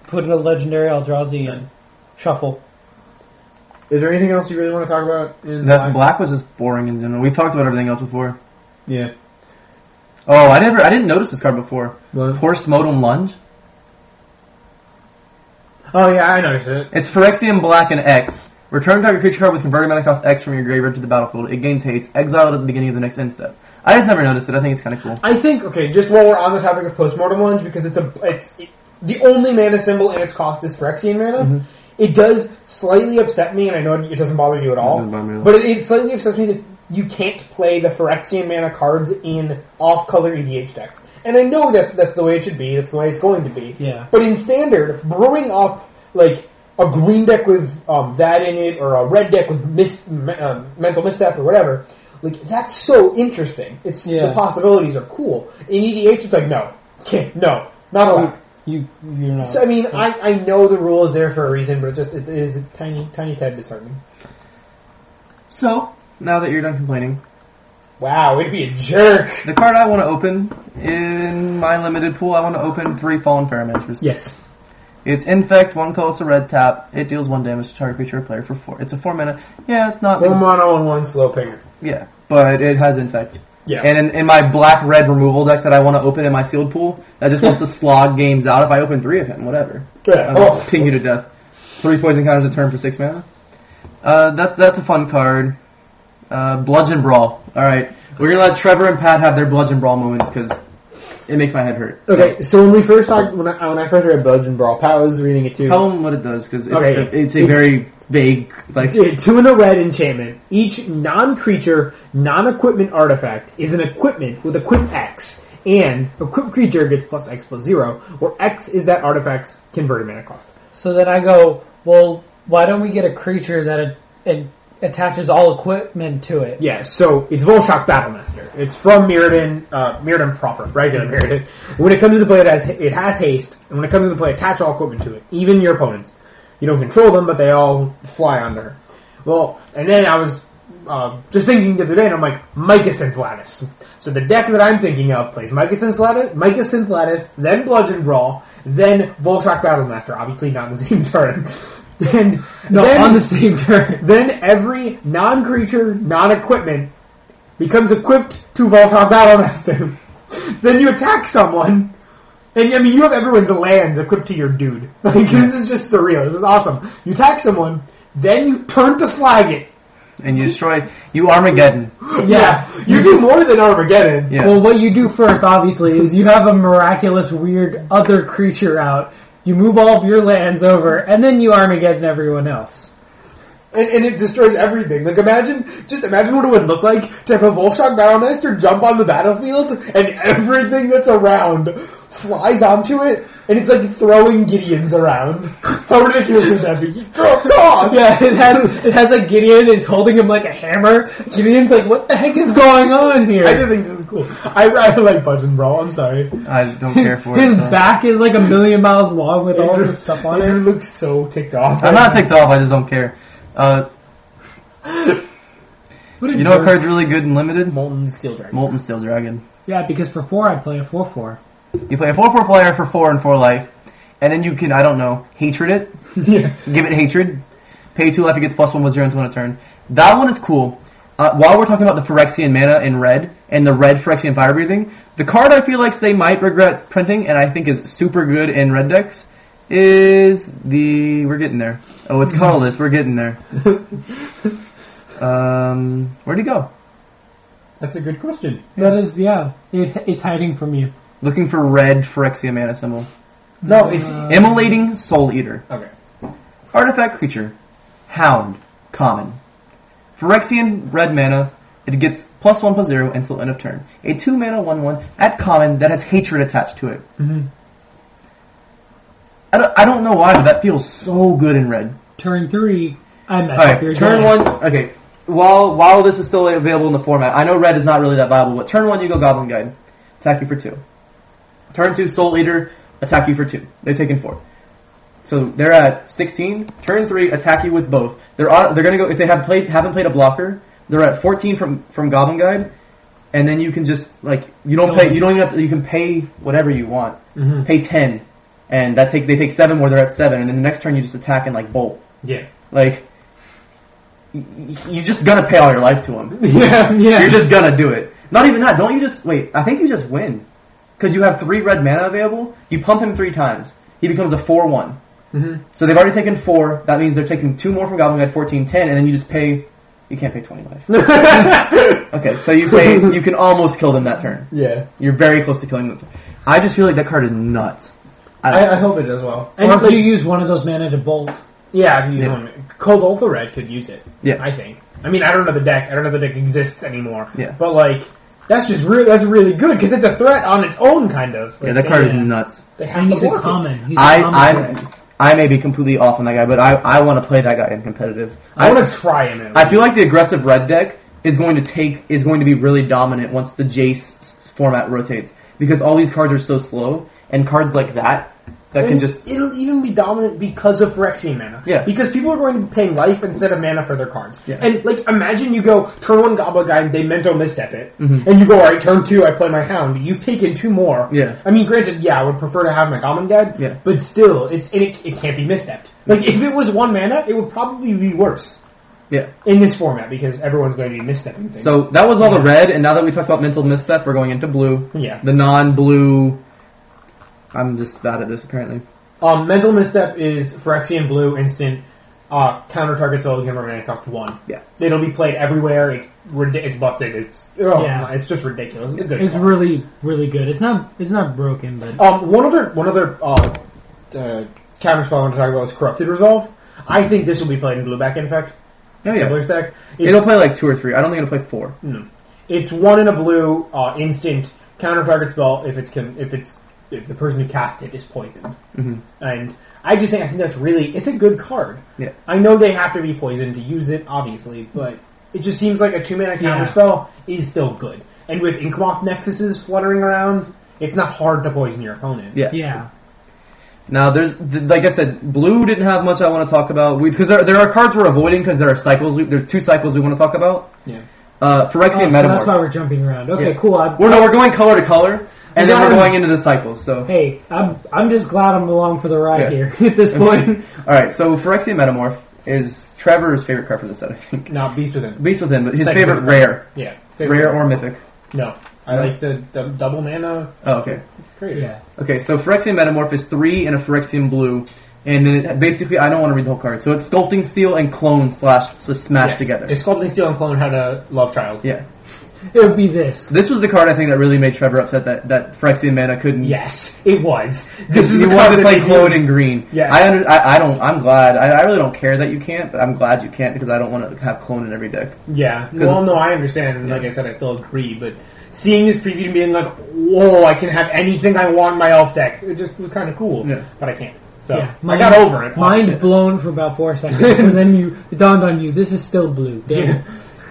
S3: put in a legendary Eldrazi in, shuffle.
S2: Is there anything else you really want to talk about in
S1: That black was just boring in general. We've talked about everything else before.
S2: Yeah.
S1: Oh, I never I didn't notice this card before.
S2: Well,
S1: Forced modem lunge.
S2: oh yeah, I noticed it.
S1: It's Phyrexian Black and X. Return target creature card with converted mana cost X from your graveyard to the battlefield. It gains haste. Exile it at the beginning of the next end step. I just never noticed it. I think it's kind of cool.
S2: I think okay, just while we're on the topic of postmortem lunge, because it's a it's it, the only mana symbol and its cost is Phyrexian mana.
S1: Mm-hmm.
S2: It does slightly upset me, and I know it doesn't bother you at all,
S1: doesn't bother me at all.
S2: but it, it slightly upsets me that you can't play the Phyrexian mana cards in off-color EDH decks. And I know that's that's the way it should be. That's the way it's going to be.
S3: Yeah.
S2: But in standard, brewing up like a green deck with um, that in it, or a red deck with mis- me- um, mental misstep or whatever, like that's so interesting. It's
S3: Yeah.
S2: the possibilities are cool. In EDH, it's like no, can't, no, not allowed.
S3: You you're not.
S2: So, I mean, I, I know the rule is there for a reason, but it just it is a tiny tiny tad disheartening.
S1: So now that you're done complaining,
S2: Wow, it'd be a jerk.
S1: the card I want to open in my limited pool, I want to open three Fallen Paramenters.
S3: yes.
S1: It's infect, one colorless, a red tap. It deals one damage to target creature or player for four. It's a four mana. Yeah, it's not
S2: Four mono and one slow pinger.
S1: yeah, but it has infect.
S2: Yeah.
S1: And in, in my black red removal deck that I want to open in my sealed pool, that just wants to slog games out. If I open three of him, whatever.
S2: yeah.
S1: I'll
S2: Oh,
S1: just ping you to death. Three poison counters a turn for six mana. Uh, that that's a fun card. Uh, bludgeon brawl. All right, we're gonna let Trevor and Pat have their bludgeon brawl moment because it makes my head hurt.
S2: Okay, so when we first talked, when I, when I first read Belgian Brawl, Pat was reading it too.
S1: Tell them what it does because it's,
S2: Okay.
S1: it's a
S2: It's-
S1: very vague like.
S2: Dude, two in a red enchantment. Each non-creature, non-equipment artifact is an equipment with equip X, and equip creature gets plus X plus zero, where X is that artifact's converted mana cost.
S3: So then I go, well, why don't we get a creature that it, it attaches all equipment to it?
S2: Yeah, so it's Volshock Battlemaster. It's from Mirrodin, uh, Mirrodin proper, regular
S3: Mm-hmm.
S2: Mirrodin. When it comes into play, it has it has haste, and when it comes into play, attach all equipment to it, even your opponents. You don't control them, but they all fly under. her. Well, and then I was uh, just thinking the other day, and I'm like, Mycosynth Lattice. So the deck that I'm thinking of plays Mycosynth Lattice, Mycosynth Lattice, then Bludgeon Brawl, then Volshock Battlemaster. Obviously, not in the same turn. And
S3: No,
S2: then,
S3: on the same turn.
S2: then every non-creature, non-equipment becomes equipped to Voltron Battlemaster. then you attack someone, and I mean you have everyone's lands equipped to your dude. Like this is just surreal. This is awesome. You attack someone, then you turn to slag it.
S1: and you destroy you Armageddon.
S2: Yeah, you do more than Armageddon.
S1: Yeah.
S3: Well, what you do first, obviously, is you have a miraculous, weird other creature out. You move all of your lands over, and then you Armageddon everyone else.
S2: And, and it destroys everything. Like imagine, just imagine what it would look like to have a Volshock Battlemaster jump on the battlefield and everything that's around flies onto it, and it's like throwing Gideons around. How ridiculous would that be? Girl, dog!
S3: Yeah, it has it has like Gideon is holding him like a hammer. Gideon's like, what the heck is going on here?
S2: I just think this is cool. I, I like Budgeon Brawl, I'm sorry.
S1: I don't care for it.
S3: His
S1: so.
S3: back is like a million miles long with all
S2: Andrew-
S3: this stuff on
S2: Andrew
S3: it.
S2: looks so ticked off.
S1: I'm not ticked off. I just don't care. Uh,
S3: What a
S1: you know what
S3: jerk.
S1: card's really good and limited?
S2: Molten Steel Dragon.
S1: Molten Steel Dragon.
S3: Yeah, because for four I play a four four.
S1: You play a four-four player for four and four life, and then you can I don't know hatred it.
S2: yeah.
S1: Give it hatred. Pay two life, it gets plus one with zero until end of turn. That one is cool. Uh, while we're talking about the Phyrexian mana in red and the red Phyrexian fire breathing, the card I feel like they might regret printing and I think is super good in red decks is the we're getting there. Oh, it's colorless. We're getting there. Um, where'd he go?
S2: That's a good question.
S3: That is, yeah. It, it's hiding from you.
S1: Looking for red Phyrexia mana symbol. Oh,
S2: No, it's
S1: Immolating Soul Eater.
S2: Uh, okay.
S1: Artifact creature. Hound. Common. Phyrexian red mana. It gets plus one plus zero until end of turn. A two mana one one at common that has hatred attached to it.
S2: Mhm.
S1: I don't, I don't know why, but that feels so good in red.
S3: Turn three. I messed
S1: All
S3: up your
S1: right, turn
S3: game.
S1: one. Okay, while while this is still available in the format, I know red is not really that viable, but turn one you go Goblin Guide, attack you for two. Turn two Soul Eater, attack you for two. They've taken four, so they're at sixteen. Turn three, attack you with both. They're on, they're gonna go if they have played haven't played a blocker. They're at fourteen from from Goblin Guide, and then you can just like you don't pay you don't even have to, you can pay whatever you want.
S2: Mm-hmm.
S1: Pay ten, and that takes they take seven where they're at seven, and then the next turn you just attack and like bolt.
S2: Yeah.
S1: Like, y- y- you're just gonna pay all your life to him.
S2: Yeah.
S3: Yeah.
S1: You're just gonna do it. Not even that. Don't you just wait? I think you just win because you have three red mana available. You pump him three times. He becomes a four-one.
S2: Mhm.
S1: So they've already taken four. That means they're taking two more from Goblin Guide 14, 10, and then you just pay. You can't pay twenty life. okay, so you pay. You can almost kill them that turn.
S2: Yeah.
S1: You're very close to killing them. I just feel like that card is nuts.
S2: I, I hope it does well.
S3: Or if
S2: like,
S3: you use one of those mana to bolt.
S2: yeah, if you
S1: Yeah.
S2: want- Cold Ultra Red could use it.
S1: Yeah.
S2: I think. I mean, I don't know the deck. I don't know the deck exists anymore.
S1: Yeah.
S2: But like, that's just really that's really good because it's a threat on its own, kind of.
S1: yeah,
S2: Like,
S1: that card is
S2: they-
S1: nuts.
S2: They have
S3: And he's
S2: to
S3: a
S2: block it.
S3: common. He's a
S1: I
S3: common
S1: I'm,
S3: threat.
S1: I may be completely off on that guy, but I, I want to play that guy in competitive.
S2: I want to try him. At
S1: I feel like the aggressive red deck is going to take is going to be really dominant once the Jace s- format rotates because all these cards are so slow and cards like that that can
S2: And
S1: just
S2: it'll even be dominant because of Phyrexian mana.
S1: Yeah.
S2: Because people are going to be paying life instead of mana for their cards.
S1: Yeah.
S2: And like imagine you go turn one Goblin Guy and they mental misstep it.
S1: Mhm.
S2: And you go, alright, turn two, I play my hound. You've taken two more.
S1: Yeah.
S2: I mean granted, yeah, I would prefer to have my Goblin Guide.
S1: Yeah.
S2: But still, it's and it, it can't be misstepped. Like if it was one mana, it would probably be worse
S1: yeah.
S2: in this format because everyone's going to be misstepping things.
S1: So that was all the red, and now that we talked about mental misstep, we're going into blue.
S2: yeah.
S1: The non-blue. I'm just bad at this apparently.
S2: Um, mental misstep is Phyrexian blue instant. Uh, counter targets all the mana cost one.
S1: Yeah.
S2: It'll be played everywhere. It's rid- it's busted. It's oh,
S3: Yeah.
S2: my- it's just ridiculous. It's a good.
S3: It's
S2: card.
S3: really, really good. It's not, it's not broken, but
S2: um, one other one other uh, uh, counter spell I want to talk about is corrupted resolve. I think this will be played in blue back in effect.
S1: Oh
S2: Yeah.
S1: yeah.
S2: deck. It's,
S1: It'll play like two or three. I don't think it'll play four.
S2: no. It's one in a blue uh, instant counter target spell if it's con- if it's if the person who cast it is poisoned.
S1: Mhm.
S2: And I just think I think that's really it's a good card.
S1: Yeah.
S2: I know they have to be poisoned to use it, obviously, but it just seems like a two mana
S3: Yeah.
S2: counter spell is still good. And with Inkmoth Nexuses fluttering around, it's not hard to poison your opponent.
S1: Yeah.
S3: yeah.
S1: Now, there's th- like I said, blue didn't have much I want to talk about because there, there are cards we're avoiding because there are cycles. We, there's two cycles we want to talk about.
S2: Yeah.
S1: Uh, Phyrexian
S3: Oh, so that's
S1: Metamorph.
S3: why we're jumping around. Okay,
S1: Yeah.
S3: cool. I,
S1: we're, no, we're going color to color, and then we're
S3: Yeah.
S1: going into the cycles. So,
S3: hey, I'm, I'm just glad I'm along for the ride
S1: Yeah.
S3: here at this point.
S1: all right. So Phyrexian Metamorph is Trevor's favorite card for the set, I think.
S2: Not Beast Within.
S1: Beast within, but his
S2: Second
S1: favorite
S2: favorite
S1: rare,
S2: Yeah.
S1: rare or mythic.
S2: No. I like the, the double mana
S1: Oh, okay.
S2: creator.
S3: yeah.
S1: Okay, so Phyrexian Metamorph is three and a Phyrexian blue, and then it, basically I don't want to read the whole card. So it's Sculpting Steel and Clone slash s- smash
S2: Yes.
S1: together.
S2: If Sculpting Steel and Clone had a love child.
S1: yeah.
S3: It would be this.
S1: This was the card I think that really made Trevor upset that that Phyrexian mana couldn't.
S2: Yes, it was.
S1: This is you
S2: the
S1: wanted to
S2: card
S1: play
S2: that
S1: Clone
S2: made me-
S1: and Green.
S2: Yeah.
S1: I, under, I I don't. I'm glad. I, I really don't care that you can't, but I'm glad you can't because I don't want to have Clone in every deck.
S2: Yeah. Well, no, I understand. and Like I said, I still agree, but seeing this preview and being like, "Whoa, I can have anything I want in my elf deck," it just was kind of cool.
S1: Yeah.
S2: But I can't. So
S3: yeah.
S2: I got over it.
S3: Mind blown for about four seconds, and then you it dawned on you. This is still blue. Damn. it.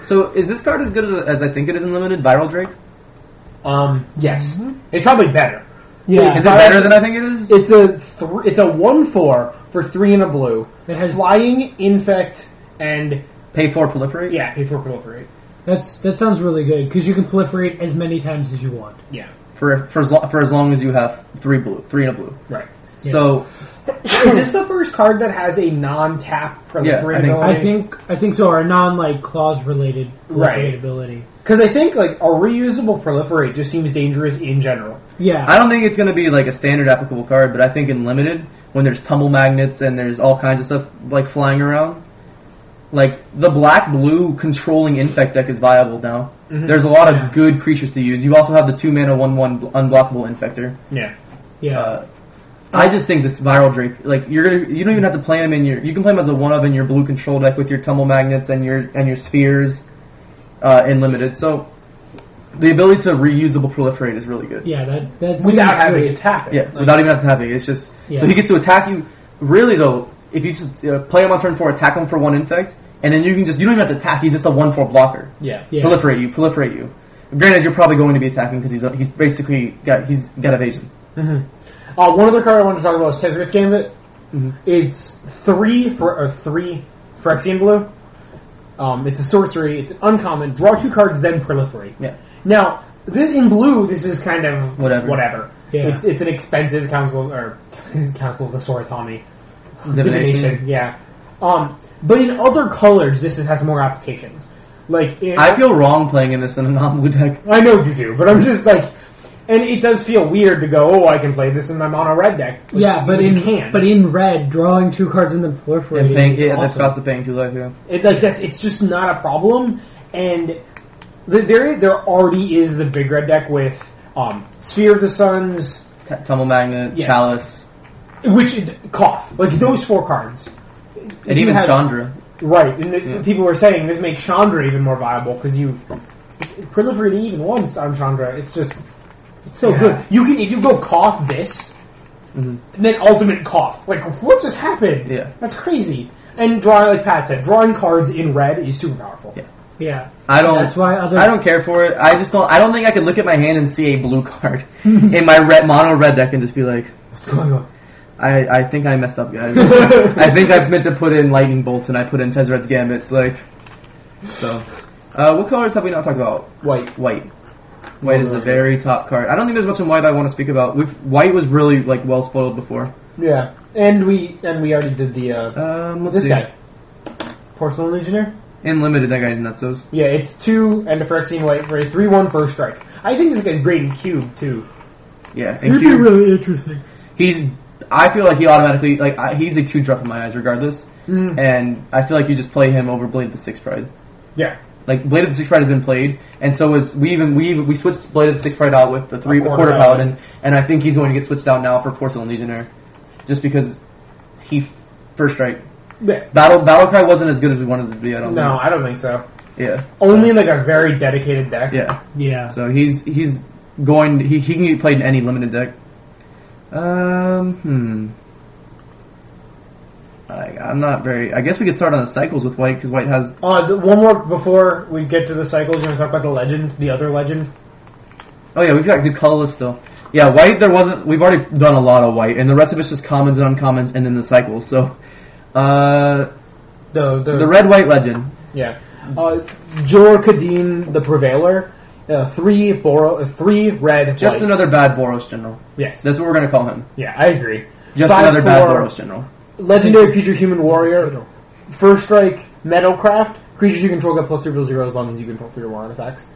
S1: So is this card as good as, as I think it is in limited? Viral Drake.
S2: Um. Yes. It's probably better.
S3: Yeah.
S1: Is it better than I think it is?
S2: It's a thr it's a one four for three in a blue.
S3: It has-
S2: flying, infect, and
S1: Pay four proliferate.
S2: yeah, pay for proliferate.
S3: That's that sounds really good because you can proliferate as many times as you want.
S2: Yeah.
S1: For for as, lo- for as long as you have three blue, three and a blue.
S2: Right.
S1: So
S2: Is this the first card that has a non-tap
S1: Yeah,
S2: proliferate
S1: I think so.
S3: I
S2: ability?
S3: think I think so. Our non like clause related
S2: Right.
S3: ability.
S2: Because I think like a reusable proliferate just seems dangerous in general.
S3: Yeah.
S1: I don't think it's going to be like a standard applicable card, but I think in limited when there's tumble magnets and there's all kinds of stuff like flying around, like the black blue controlling infect deck is viable now.
S2: Mhm.
S1: There's a lot of
S3: Yeah.
S1: good creatures to use. You also have the two mana one one unblockable infector.
S2: Yeah.
S3: Yeah.
S1: Uh, I just think this viral drake, like you're gonna, you don't even have to play him in your. You can play him as a one of in your blue control deck with your tumble magnets and your and your spheres, uh, in limited. So, the ability to reusable proliferate is really good.
S3: yeah, that that's
S2: Without having it tap it.
S1: Yeah,
S2: Like,
S1: without even having to have it. It's just
S3: Yeah.
S1: so he gets to attack you. Really though, if you just uh, play him on turn four, attack him for one infect, and then you can just you don't even have to attack. He's just a one four blocker.
S2: Yeah.
S3: Yeah.
S1: Proliferate you, proliferate you. Granted, you're probably going to be attacking because he's a, he's basically got he's got evasion.
S2: Uh, one other card I wanted to talk about is Tezzerit's Gambit. Mm-hmm.
S1: Mhm.
S2: It's three for or three Phyrexian blue. Um, it's a sorcery. It's an uncommon. Draw two cards, then proliferate.
S1: Yeah.
S2: Now, this in blue, this is kind of
S1: Whatever.
S2: Whatever.
S3: Yeah.
S2: It's it's an expensive council or council of the Soratami
S1: Divination.
S2: Yeah. Um, but in other colors, this is, has more applications. Like in,
S1: I feel wrong playing in this in a non-blue deck.
S2: I know you do, but I'm just like, and it does feel weird to go. Oh, I can play this in my mono red deck. Like,
S3: yeah, but
S2: you
S3: in
S2: can.
S3: but in red, drawing two cards and then proliferating.
S1: And paying,
S3: is
S1: yeah, that's
S3: awesome.
S1: cost of paying two life. Yeah.
S2: It, like that's it's just not a problem, and th- there is- there already is the big red deck with um, Sphere of the Suns,
S1: T- tumble magnet,
S2: Yeah.
S1: chalice,
S2: which cough like those four cards,
S1: and
S2: You
S1: even
S2: have-
S1: Chandra.
S2: right? And the,
S1: Yeah.
S2: people were saying this makes Chandra even more viable because you proliferate even once on Chandra. It's just it's so
S5: Yeah.
S2: good. You can if you go cough this,
S1: hmm
S2: and then ultimate cough. Like what just happened?
S1: Yeah.
S2: that's crazy. And draw like Pat said, drawing cards in red is super powerful.
S1: Yeah.
S3: Yeah,
S1: I don't.
S3: That's why other-
S1: I don't care for it. I just don't. I don't think I could look at my hand and see a blue card in my red mono red deck and just be like,
S2: What's going on?
S1: I, I think I messed up, guys. I think I meant to put in lightning bolts and I put in Tezzeret's gambits. Like, so, uh, what colors have we not talked about?
S2: White.
S1: White. White is the very top card. I don't think there's much in white I want to speak about. We've, white was really like well spoiled before.
S2: Yeah, and we and we already did the uh,
S1: Um, let's
S2: this
S1: see.
S2: guy, Porcelain Legionnaire.
S1: In limited, that guy's nutsos.
S2: Yeah, it's two and a Phyrexian white for a three-one first strike. I think this guy's great in cube too.
S1: Yeah,
S3: it'd
S1: and
S3: be
S1: Q-
S3: really interesting.
S1: he's. I feel like he automatically like I, he's a two drop in my eyes regardless,
S2: Mm.
S1: and I feel like you just play him over Blade of the Six Pride.
S2: Yeah,
S1: like Blade of the Six Pride has been played, and so is we even we even- we switched Blade of the Six Pride out with the three
S2: A
S1: quarter,
S2: quarter
S1: paladin, and I think he's going to get switched out now for Porcelain Legionnaire, just because he first strike
S2: yeah.
S1: battle battle cry wasn't as good as we wanted it to be. I don't
S2: No, I don't think so.
S1: think. yeah,
S2: Only like a very dedicated deck.
S1: yeah.
S3: Yeah,
S1: So he's he's going he he can get played in any limited deck. Um, hmm. I, I'm not very. I guess we could start on the cycles with white because white has
S2: Uh, th- one more before we get to the cycles. You want to talk about the legend, the other legend?
S1: Oh yeah, we've got good colorless still. Yeah, white there wasn't. We've already done a lot of white, and the rest of it's just commons and uncommons, and then the cycles. So, uh,
S2: The the,
S1: the red white legend.
S2: yeah. Uh, Jor Kadeen, the Prevailer. Uh, three Boro, uh, three red.
S1: Just
S2: white.
S1: another bad Boros general.
S2: Yes.
S1: That's what we're gonna call him.
S2: Yeah, I agree.
S1: Just
S2: Five,
S1: another bad
S2: four,
S1: Boros general.
S2: Legendary Future Human Warrior, First Strike, Metalcraft, creatures you control get plus three plus zero as long as you control three or more artifacts.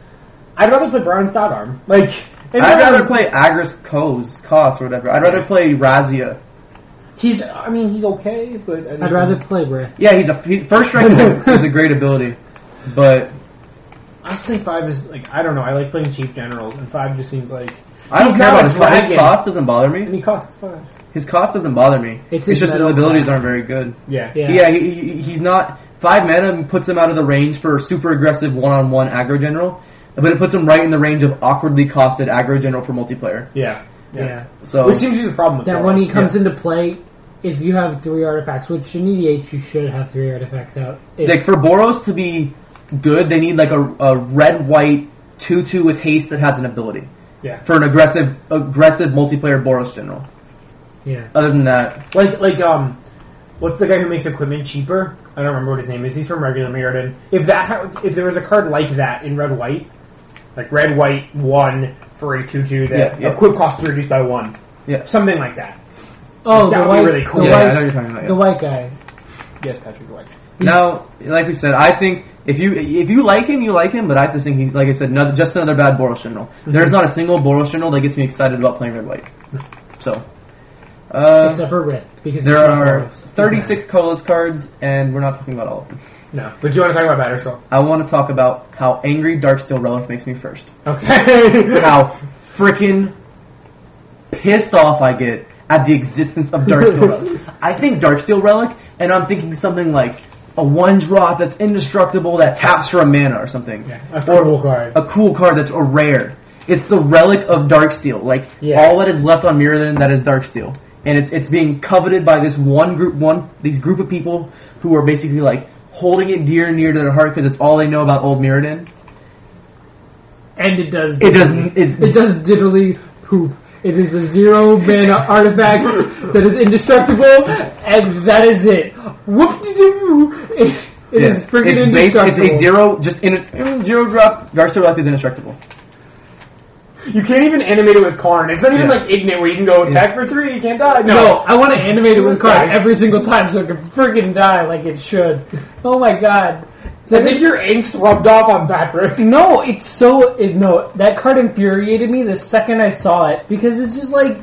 S2: I'd rather play Brian Stoutarm. Like, and
S1: I'd rather
S2: Brian's-
S1: play Agris Kos, Kos or whatever. I'd rather play Razia.
S2: He's, I mean, he's okay, but I
S3: I'd rather play Wraith.
S1: Yeah, he's a he's, first strike is a, is a great ability, but
S2: I just think five is like I don't know. I like playing cheap generals, and five just seems like
S1: I
S2: He's
S1: don't care
S2: not
S1: about
S2: a
S1: his cost. His
S2: dragon.
S1: cost doesn't bother
S2: and
S1: me.
S2: he costs five.
S1: His cost doesn't bother me.
S3: It's
S1: It's,
S3: his
S1: just his
S3: metal
S1: abilities
S3: class.
S1: aren't very good.
S2: Yeah,
S3: Yeah.
S1: Yeah, he, he, he's not five mana puts him out of the range for super aggressive one on one aggro general, but it puts him right in the range of awkwardly costed aggro general for multiplayer.
S2: yeah,
S3: Yeah.
S1: So
S2: Which seems to be the problem with
S3: that
S2: Boros.
S3: when he comes into play, if you have three artifacts, which in EDH you should have three artifacts out. If-
S1: like for Boros to be good, they need like a, a red white two two with haste that has an ability
S2: Yeah.
S1: for an aggressive aggressive multiplayer Boros general.
S3: yeah,
S1: Other than that,
S2: Like like um, what's the guy who makes equipment cheaper? I don't remember what his name is. He's from regular Mirrodin. If that ha- if there was a card like that in red white, like red white one for a two two that
S1: Yeah, yeah.
S2: equip cost is reduced by one,
S1: yeah,
S2: something like that.
S3: oh,
S2: That
S3: the
S2: would
S3: white,
S2: be really cool.
S3: the,
S1: yeah,
S3: white
S1: I know what you're talking about. yeah.
S3: the white guy.
S2: Yes, Patrick White.
S1: Now, like we said, I think if you if you like him, you like him. But I just think he's like I said, another, just another bad
S3: Mm-hmm.
S1: Boros general. There's not a single Boros general that gets me excited about playing red white. So, Uh,
S3: except for red because
S1: there
S3: it's not
S1: are
S3: Marvel's.
S1: 36 Colas cards, and we're not talking about all of them.
S2: No, but do you want to talk about Batter Skull?
S1: I want to talk about how angry Darksteel Relic makes me first.
S2: Okay.
S1: How freaking pissed off I get at the existence of Darksteel Relic. I think Darksteel Relic, and I'm thinking something like a one drop that's indestructible that taps for a mana or something.
S2: a cool card.
S1: a cool card that's a rare. It's the relic of Darksteel. Like
S2: Yeah.
S1: all that is left on Mirrodin that is Darksteel, and it's it's being coveted by this one group, one these group of people who are basically like holding it dear and near to their heart because it's all they know about old Mirrodin.
S3: and it does
S1: It doesn't. It's
S3: it does diddly poop. It is a zero mana artifact that is indestructible, and that is it. Whoop de doo! It, it
S1: yeah.
S3: is freaking
S1: it's, base,
S3: indestructible.
S1: it's a zero, just in, zero drop. Darksteel relic is indestructible.
S2: You can't even animate it with Karn. It's not even
S1: Yeah.
S2: like Ignite where you can go attack for three, you can't die. No.
S3: No, I want to animate it with card
S2: Nice.
S3: every single time so it can freaking die like it should. Oh my god.
S2: I think your ink's rubbed off on Patrick.
S3: No, it's so it, no. That card infuriated me the second I saw it because it's just like,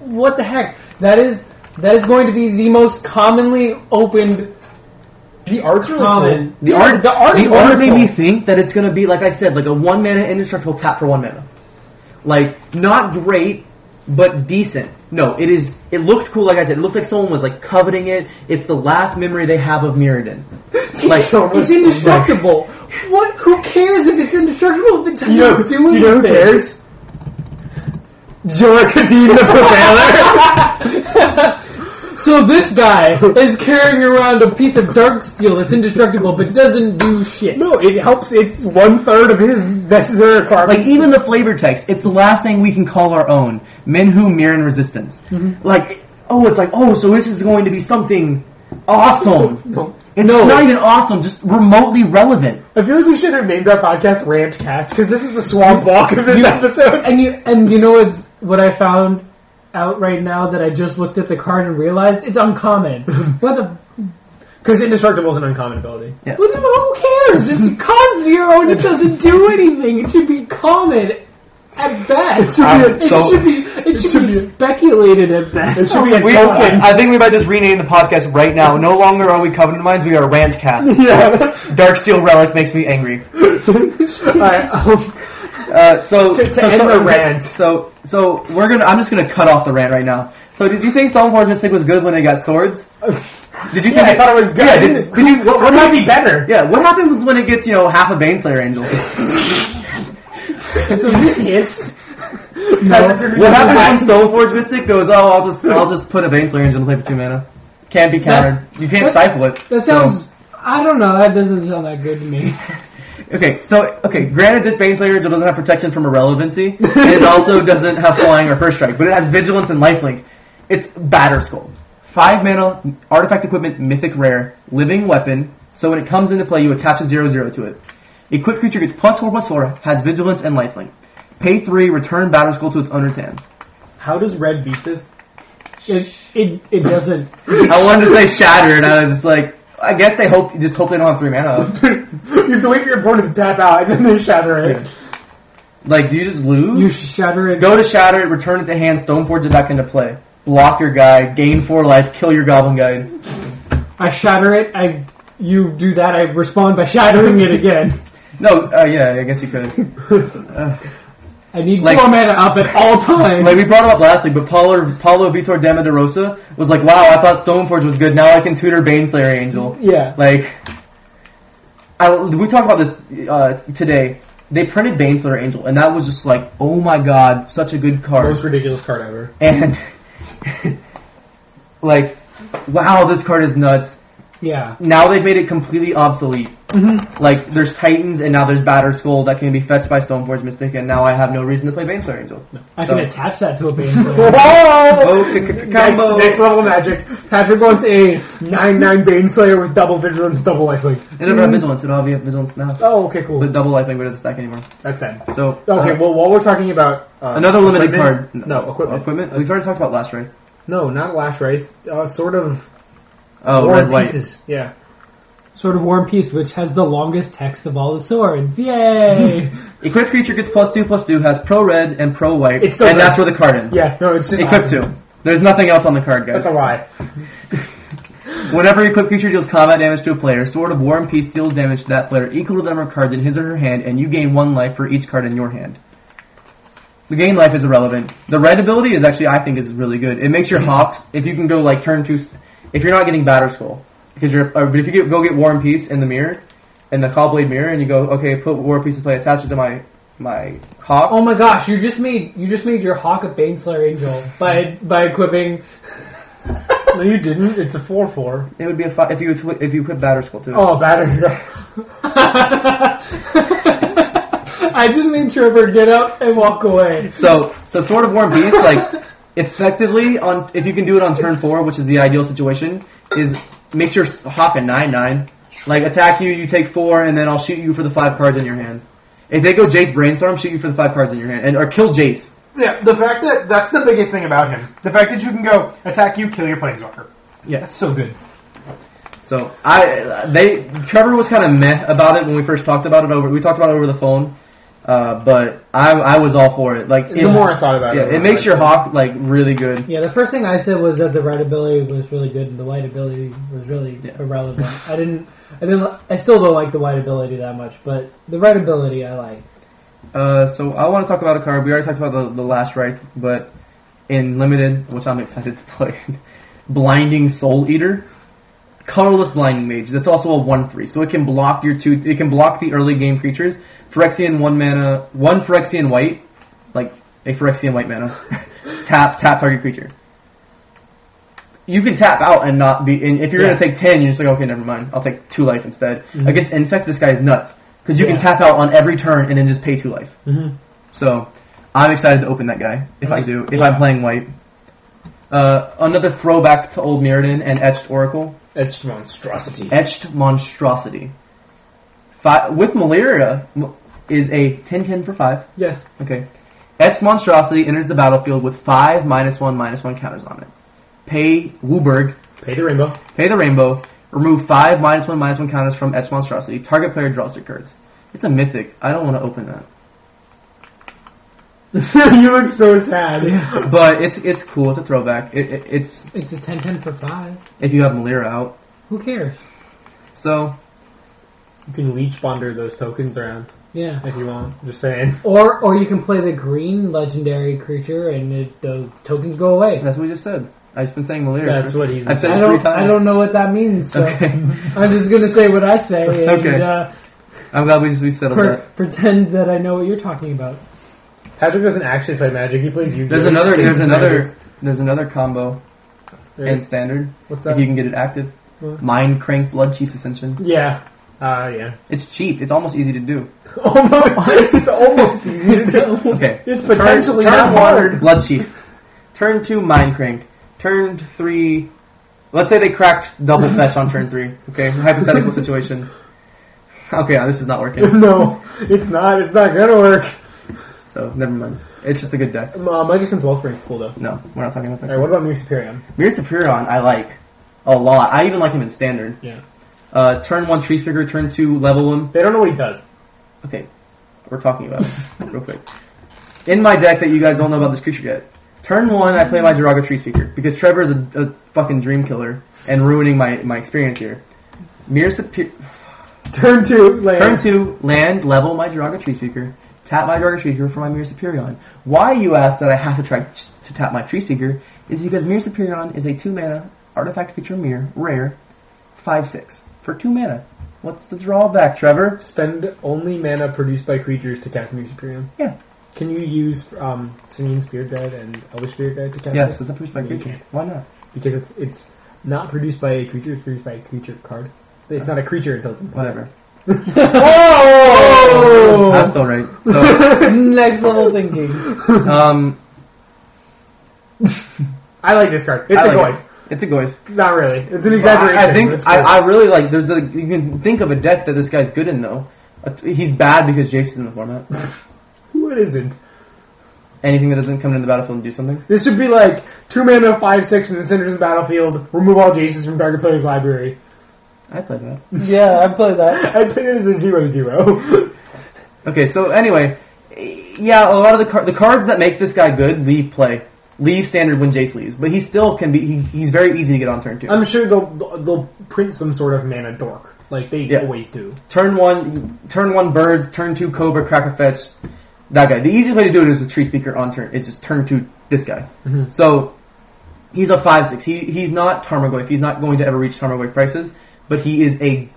S3: what the heck? That is that is going to be the most commonly opened
S2: The arts are
S3: common.
S1: The art,
S2: the art is
S1: the art made
S2: wonderful.
S1: me think that it's gonna be like I said, like a one mana indestructible tap for one mana. Like not great, but decent. No, it is. It looked cool, like I said. It looked like someone was like coveting it. It's the last memory they have of Mirrodin. Like
S3: It's indestructible. What? Who cares if it's indestructible? If it doesn't
S2: You know,
S3: do anything.
S2: do you know who cares? Jorah Dean the Prevailer.
S3: So this guy is carrying around a piece of dark steel that's indestructible but doesn't do shit.
S2: no, it helps. It's one third of his necessary carbon.
S1: Like even the flavor text, it's the last thing we can call our own. Minhu Mirren Resistance.
S2: Mm-hmm.
S1: Like oh, it's like oh, so this is going to be something awesome. It's not even awesome, just remotely relevant.
S2: I feel like we should have named our podcast Ranch Cast because this is the swamp walk of this episode.
S3: And you and you know what's what I found out right now that I just looked at the card and realized it's uncommon. what the
S2: Because indestructible is an uncommon ability.
S3: what the who cares? It's cost zero and it doesn't do anything. It should be common at best.
S2: Um,
S3: It
S1: so-
S3: should be it should be speculated at best.
S2: It should be a
S1: We,
S2: token.
S1: I think we might just rename the podcast right now. No longer are we Covenant Minds, we are Rantcast.
S2: yeah.
S1: Dark Steel Relic makes me angry.
S2: Alright, um,
S1: Uh, so,
S2: To- to
S1: so,
S2: end
S1: so-
S2: the rant.
S1: So, so we're gonna. I'm just gonna cut off the rant right now. So, did you think Stormforge Mystic was good when they got swords? Did you?
S2: yeah, I
S1: think
S2: thought it was good.
S1: Yeah, did, did you, what,
S2: what
S1: what
S2: might
S1: happened?
S2: be better?
S1: Yeah, what happens when it gets you know half a Baneslayer Angel?
S2: So this is.
S1: What happens when Soulforge Mystic goes? Oh, I'll just I'll just put a Baneslayer Angel and play for two mana. Can't be countered. You can't
S3: that-
S1: stifle it.
S3: That
S1: So-
S3: sounds I don't know, that doesn't sound that good to me.
S1: Okay, so okay, granted this Baneslayer Angel doesn't have protection from irrelevancy, and it also doesn't have flying or first strike, but it has vigilance and lifelink. It's batter skull. Five mana, artifact equipment, mythic rare, living weapon, so when it comes into play you attach a zero zero to it. Equipped creature gets plus four plus four, has vigilance and lifelink. Pay three, return batter skull to its owner's hand.
S2: How does Red beat this?
S3: It it, it doesn't
S1: I wanted to say shatter, and I was just like I guess they hope just hope they don't have three mana.
S2: you have to wait for your opponent to tap out, and then they shatter it.
S1: Like do you just lose?
S3: you shatter it
S1: Go to shatter it, return it to hand, stoneforge it back into play. Block your guy, gain four life, kill your goblin guide.
S3: I shatter it, I you do that, I respond by shattering it again.
S1: No, uh, yeah, I guess you could.
S3: I need
S1: Like-
S3: four mana up at all times.
S1: Like we brought it up last week, but Paulo, Paulo Vitor Dema de Rosa was like, "Wow, I thought Stoneforge was good. Now I can tutor Baneslayer Angel."
S2: Yeah.
S1: Like, I, we talked about this uh, today. They printed Baneslayer Angel, and that was just like, "Oh my god, such a good card."
S2: ridiculous card ever.
S1: and like, wow, this card is nuts.
S3: yeah.
S1: now they've made it completely obsolete.
S3: Mm-hmm.
S1: Like there's Titans and now there's Batter Skull that can be fetched by Stoneforge Mystic, and now I have no reason to play Baneslayer Angel.
S3: I
S1: So-
S3: can attach that to a band.
S2: Whoa!
S1: Oh, c- c-
S2: Next,
S1: combo.
S2: next level of magic. Patrick wants a 9-9 Baneslayer with double vigilance, double lifelink.
S1: It never had vigilance. It'll have vigilance now.
S2: Oh, okay, cool.
S1: But double life link doesn't stack anymore.
S2: That's it.
S1: So
S2: Okay,
S1: uh,
S2: well, while we're talking about uh,
S1: another limited
S2: equipment-
S1: card.
S2: no equipment,
S1: Equipment. We've already talked about Last Wraith.
S2: no, not Lash Wraith. Uh, sort of
S1: Oh,
S2: War
S1: red
S2: and
S1: white.
S2: pieces. Yeah,
S3: Sword of War and Peace, which has the longest text of all the swords. Yay!
S1: Equipped creature gets plus two plus two has pro red and pro white,
S2: It's still
S1: and
S2: red.
S1: that's where the card ends.
S2: yeah. No, it's just
S1: Equip
S2: awesome.
S1: two. There's nothing else on the card, guys.
S2: That's a lie.
S1: Whenever equipped creature deals combat damage to a player, Sword of War and Peace deals damage to that player equal to the number of cards in his or her hand, and you gain one life for each card in your hand. The gain life is irrelevant. The red ability is actually, I think, is really good. It makes your hawks, if you can go like turn two, if you're not getting Batter Skull, because you're, uh, but if you get, go get War and Peace in the mirror, in the Cobblade mirror, and you go, okay, put War and Peace in play, attach it to my my hawk.
S3: Oh my gosh, you just made you just made your hawk a Baneslayer angel by by equipping.
S2: No, you didn't. It's a four four.
S1: It would be a fi- if you twi- if you equip Batter Skull to it.
S2: Oh, battery.
S3: I just made Trevor get up and walk away.
S1: So, so Sword of War and Peace, like, effectively, on if you can do it on turn four, which is the ideal situation, is make your s- hawk a nine nine, like attack you, you take four, and then I'll shoot you for the five cards in your hand. If they go Jace Brainstorm, shoot you for the five cards in your hand, and or kill Jace.
S6: Yeah, the fact that that's the biggest thing about him. The fact that you can go attack you, kill your planeswalker.
S1: Yeah.
S6: That's so good.
S1: So I they Trevor was kind of meh about it when we first talked about it over. We talked about it over the phone. Uh, but I, I was all for it. Like
S2: The more I thought about it,
S1: yeah,
S2: the more
S1: it
S2: I
S1: makes
S2: liked
S1: your hawk like really good.
S3: Yeah, the first thing I said was that the red ability was really good and the white ability was really
S1: Yeah.
S3: irrelevant. I didn't, I didn't, li- I still don't like the white ability that much, but the red ability I like.
S1: Uh, so I want to talk about a card. We already talked about the, the last right, but in limited, which I'm excited to play, blinding soul eater, colorless blinding mage. That's also a one three, so it can block your two. It can block the early game creatures. Phyrexian one mana, one Phyrexian white, like a Phyrexian white mana. tap tap target creature. You can tap out and not be. And if you're
S2: Yeah. Mm-hmm.
S1: gonna take ten, you're just like, okay, never mind. I'll take two life instead. Against infect, this guy is nuts because you can
S2: Yeah.
S1: tap out on every turn and then just pay two life.
S2: Mhm.
S1: So I'm excited to open that guy if I do. If I'm playing white. Uh, another throwback to Old Mirrodin and Etched Oracle.
S2: That's monstrosity.
S1: Etched Monstrosity. Five, with Malaria m- is a 10-10 for 5.
S2: Yes.
S1: Okay. Etched Monstrosity enters the battlefield with 5 minus 1 minus 1 counters on it. Pay Wooburg,
S2: Pay the rainbow.
S1: pay the rainbow, remove 5 minus 1 minus 1 counters from Etched Monstrosity. Target player draws 3 cards. It's a mythic. I don't want to open that.
S2: you look so sad.
S1: But it's it's cool. It's a throwback. It, it, it's
S3: It's a 10-10 for 5.
S1: if you have Malira out.
S3: Who cares?
S1: So
S2: You can leech bonder those tokens around
S3: Yeah.
S2: if you want. Just saying.
S3: Or, or you can play the green legendary creature and it, the tokens go away.
S1: that's what we just said. I've been saying Malira.
S2: That's what he's.
S1: I've said
S3: I
S1: it three
S3: don't,
S1: times.
S3: I don't know what that means, so
S1: Okay.
S3: I'm just gonna say what I say and
S1: Okay.
S3: uh,
S1: I'm glad we we settled
S3: per-
S1: that.
S3: pretend that I know what you're talking about.
S2: Patrick doesn't actually play Magic. He plays Yu-Gi-Oh.
S1: There's another. There's another. There's another combo in
S2: There's-
S1: standard
S2: What's
S1: if
S2: that?
S1: you can get it active.
S2: What?
S1: Mind Crank Blood Chief's Ascension.
S2: Yeah. Uh, yeah.
S1: It's cheap. It's almost easy to do.
S2: Almost. Oh, it's almost easy to do.
S1: Okay.
S2: It's potentially
S1: turn
S2: not
S1: one,
S2: hard.
S1: Blood Chief. Turn two, Mind Crank. Turn three. Let's say they cracked double fetch on turn three. Okay, hypothetical situation. Okay, uh, this is not working.
S2: no, it's not. It's not gonna work.
S1: So never mind. It's just a good deck.
S2: Um, Uh, Micahson's Wellspring's cool though.
S1: No, we're not talking about that.
S2: Alright, what about Mir Superior?
S1: Mir Superion, I like a lot. I even like him in standard.
S2: Yeah.
S1: Uh, turn one tree speaker, turn two level him.
S2: They don't know what he does.
S1: Okay, we're talking about it real quick. In my deck that you guys don't know about this creature yet, turn one I play my Jiraga tree speaker because Trevor is a, a fucking dream killer and ruining my my experience here. Mir Superior.
S2: Turn two, land.
S1: Turn two, land, level my Jiraga Tree Speaker, tap my Jiraga Tree Speaker for my Mirror Superion. Why, you ask, that I have to try t- to tap my Tree Speaker is because Mirror Superion is a 2 mana artifact creature mirror, rare, 5 6, for 2 mana. What's the drawback, Trevor?
S2: Spend only mana produced by creatures to cast Mir Superior.
S1: Yeah.
S2: Can you use um, Singing Spirit Guide and Elvish Spirit Guide to cast
S1: Yes,
S2: it?
S1: it's a produced by
S2: You
S1: creature.
S2: can't.
S1: Why not?
S2: Because it's it's not produced by a creature, it's produced by a creature card. It's not a creature until it's in play.
S1: Whatever.
S2: Oh!
S1: That's still right. So,
S3: Next level thinking.
S1: um,
S2: I like this card. It's
S1: I
S2: a
S1: like
S2: goif.
S1: it. It's a goif.
S2: Not really. It's an exaggeration.
S1: I
S2: but it's
S1: think
S2: cool.
S1: I, I really like. There's a you can think of a deck that this guy's good in though. Uh, He's bad because Jace is in the format.
S2: What isn't?
S1: Anything that doesn't come into the battlefield and do something.
S2: This should be like two mana, five, six in the center of the battlefield. Remove all Jaces from target player's library.
S1: I played that.
S3: yeah, I play that.
S2: I put it as a zero zero.
S1: Okay, so anyway, yeah, a lot of the car- the cards that make this guy good leave play. leave standard when Jace leaves, but he still can be. He, he's very easy to get on turn two.
S2: I'm sure they'll they'll print some sort of mana dork like they
S1: Yeah.
S2: always do.
S1: turn one, turn one birds, turn two cobra, cracker fetch. That guy. The easiest way to do it is a tree speaker on turn. Is just turn two this guy.
S2: Mm-hmm.
S1: So he's a five six. He he's not Tarmogoyf. He's not going to ever reach Tarmogoyf prices, but he is a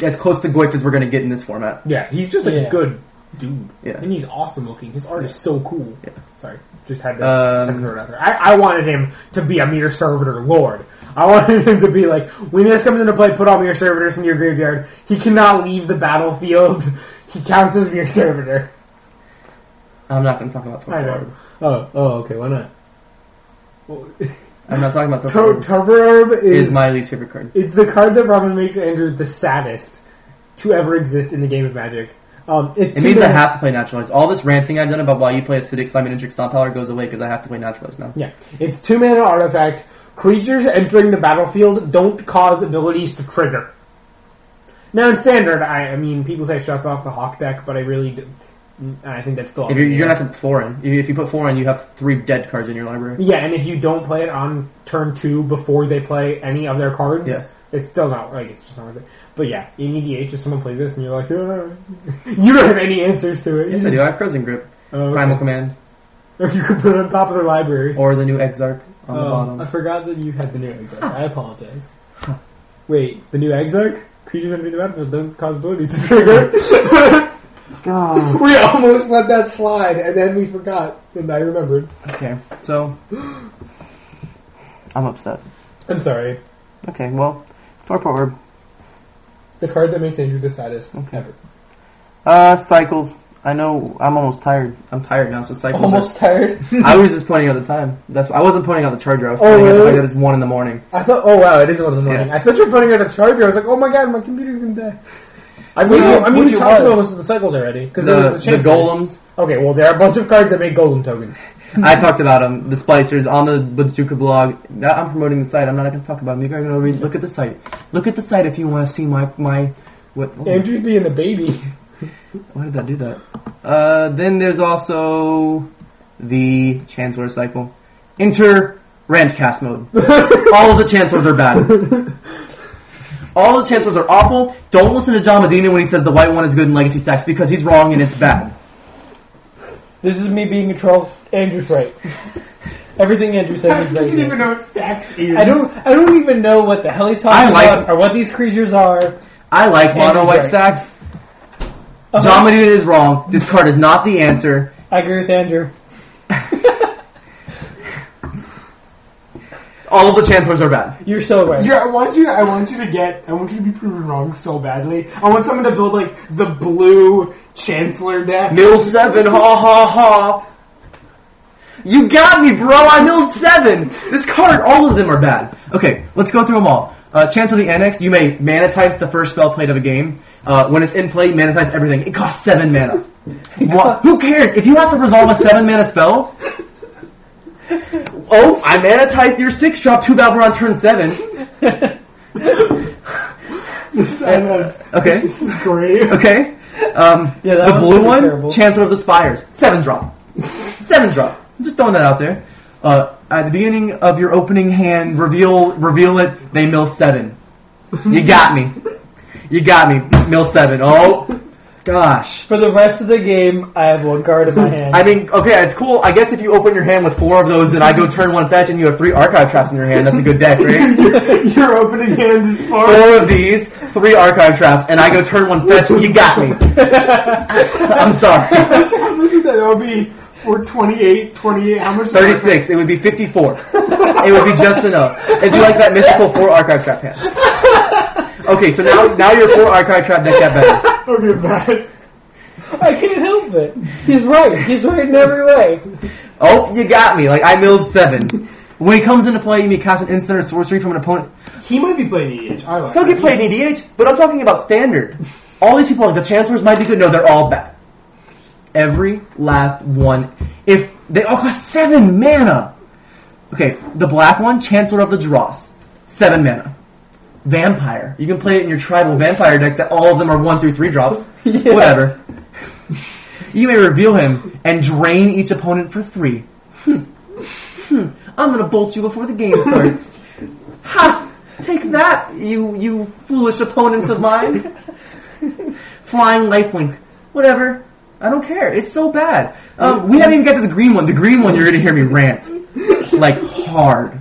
S1: as close to Goyf as we're going to get in this format.
S2: Yeah, he's just a
S3: Yeah.
S2: good dude,
S1: Yeah.
S2: and he's awesome looking. His art is so cool.
S1: Yeah.
S2: Sorry, just had to, just had
S1: Um,
S2: to throw it out there. I, I wanted him to be a mere servitor lord. I wanted him to be like when this comes into play, put all mere servitors in your graveyard. He cannot leave the battlefield. He counts as mere servitor.
S1: I'm not going to talk about
S2: I
S1: Torkoal.
S2: know. Oh, oh, okay. Why not? Well,
S1: I'm not talking about
S2: Tor-
S1: Torkoal.
S2: Torberb
S1: is
S2: is,
S1: my least favorite card.
S2: It's the card that probably makes Andrew the saddest to ever exist in the game of Magic. Um, it's
S1: It means I have to play Naturalize. All this ranting I've done about why you play Acidic Slime and Intric Stomp Power goes away because I have to play Naturalize now.
S2: Yeah, it's two mana artifact. Creatures entering the battlefield don't cause abilities to trigger. Now in standard, I, I mean, people say it shuts off the hawk deck, but I really, d- I think that's still.
S1: If you're, you're gonna have to Florin. If you- If you put Florin, you have three dead cards in your library.
S2: Yeah, and if you don't play it on turn two before they play any of their cards,
S1: Yeah.
S2: it's still not like it's just not worth it. But yeah, in EDH, if someone plays this and you're like, "Ah," you don't have any answers to it. You
S1: Yes, I
S2: just-
S1: do. I have Frozen Grip,
S2: Oh, okay.
S1: Primal Command,
S2: Or you could put it on top of their library.
S1: or the new Exarch on the
S2: Um, I
S1: bottom.
S2: forgot that you had the new Exarch. I apologize. Wait, the new Exarch? Creatures under the battlefield don't cause abilities to trigger.
S1: God.
S2: we almost let that slide, and then we forgot, and I remembered.
S1: Okay, so I'm upset.
S2: I'm sorry.
S1: Okay, well, Torpor Orb.
S2: The card that makes Andrew the saddest
S1: Okay.
S2: ever.
S1: Uh, cycles. I know. I'm almost tired. I'm tired now. So cycles. are-
S2: Almost tired.
S1: I was just pointing out the time. That's. I wasn't pointing out the charger. I was
S2: Oh,
S1: pointing out the
S2: really?
S1: fact that it's one in the morning.
S2: I thought, oh wow, it is one in the morning.
S1: Yeah.
S2: I thought you were putting out a charger. I was like, oh my god, my computer's gonna die. I
S1: So,
S2: mean, I mean,
S1: would
S2: we
S1: you
S2: talked
S1: was?
S2: about most of the cycles already because there
S1: The,
S2: was a
S1: the
S2: chance.
S1: golems.
S2: Okay, well, there are a bunch of cards that make golem tokens.
S1: I talked about them. The splicers on the Bazuka blog. Now I'm promoting the site. I'm not going to talk about them. You're going to read. Look at the site. Look at the site if you want to see my my. What? oh,
S2: Andrew's being a baby.
S1: why did I do that? Uh, then there's also the Chancellor cycle. Enter Randcast mode. All of the Chancellors are bad. All the Chancellors are awful. Don't listen to John Medina when he says the white one is good in Legacy Stacks because he's wrong and it's bad.
S3: This is me being a troll. Andrew's right. Everything Andrew says is right.
S2: doesn't
S3: here.
S2: even know what stacks is.
S3: I don't. I don't even know what the hell he's
S1: I
S3: talking
S1: like
S3: about,
S1: it.
S3: or what these creatures are.
S1: I like mono
S3: Andrew's
S1: white
S3: right.
S1: stacks.
S3: Uh-huh.
S1: John Medina is wrong. This card is not the answer.
S3: I agree with Andrew.
S1: All of the Chancellors are bad.
S3: You're so right.
S2: Yeah, I want you. I want you to get. I want you to be proven wrong so badly. I want someone to build like the blue chancellor deck.
S1: Mill seven, ha ha ha. You got me, bro. I milled seven. This card, all of them are bad. Okay, let's go through them all. Uh, Chance of the Annex, you may mana type the first spell played of a game. Uh, when it's in play, mana type everything. It costs seven mana. Wha- Who cares? If you have to resolve a seven mana spell, oh, I mana type your six drop two battle on turn seven.
S2: This, I love.
S1: Okay.
S2: This is great.
S1: Okay. Um,
S3: Yeah, that
S1: the
S3: was
S1: blue
S3: pretty
S1: one,
S3: terrible.
S1: Chancellor of the Spires, seven drop, seven drop. I'm just throwing that out there. Uh, at the beginning of your opening hand, reveal reveal it. They mill seven. You got me. You got me. Mill seven. Oh gosh.
S3: For the rest of the game, I have one card in my hand.
S1: I mean, okay, it's cool. I guess if you open your hand with four of those, and I go turn one fetch, and you have three archive traps in your hand, that's a good deck, right?
S2: Your opening hand is far.
S1: four of these, three archive traps, and I go turn one fetch. You got me. I'm sorry.
S2: How much how much would that all be? For 28, 28, how much?
S1: 36. It would be 54. it would be just enough. It'd be like that mythical four archive trap hand. Okay, so now now your four archive trap deck got better.
S2: Okay, bad.
S3: I can't help it. He's right. He's right in every way.
S1: Oh, you got me. Like I milled seven. When he comes into play, you may cast an instant or sorcery from an opponent.
S2: He might be playing EDH. I like.
S1: He'll
S2: it.
S1: get played in EDH, but I'm talking about standard. All these people, like the chancellors, might be good. No, they're all bad. Every last one. If they all cost seven mana. Okay, the black one, Chancellor of the Dross, seven mana. Vampire. You can play it in your tribal vampire deck. That all of them are one through three drops. Whatever. You may reveal him and drain each opponent for three. Hmm. Hmm, I'm gonna bolt you before the game starts. ha! Take that, you you foolish opponents of mine. Flying life wing, whatever. I don't care. It's so bad. Um, we haven't even got to the green one. The green one, you're gonna hear me rant like hard.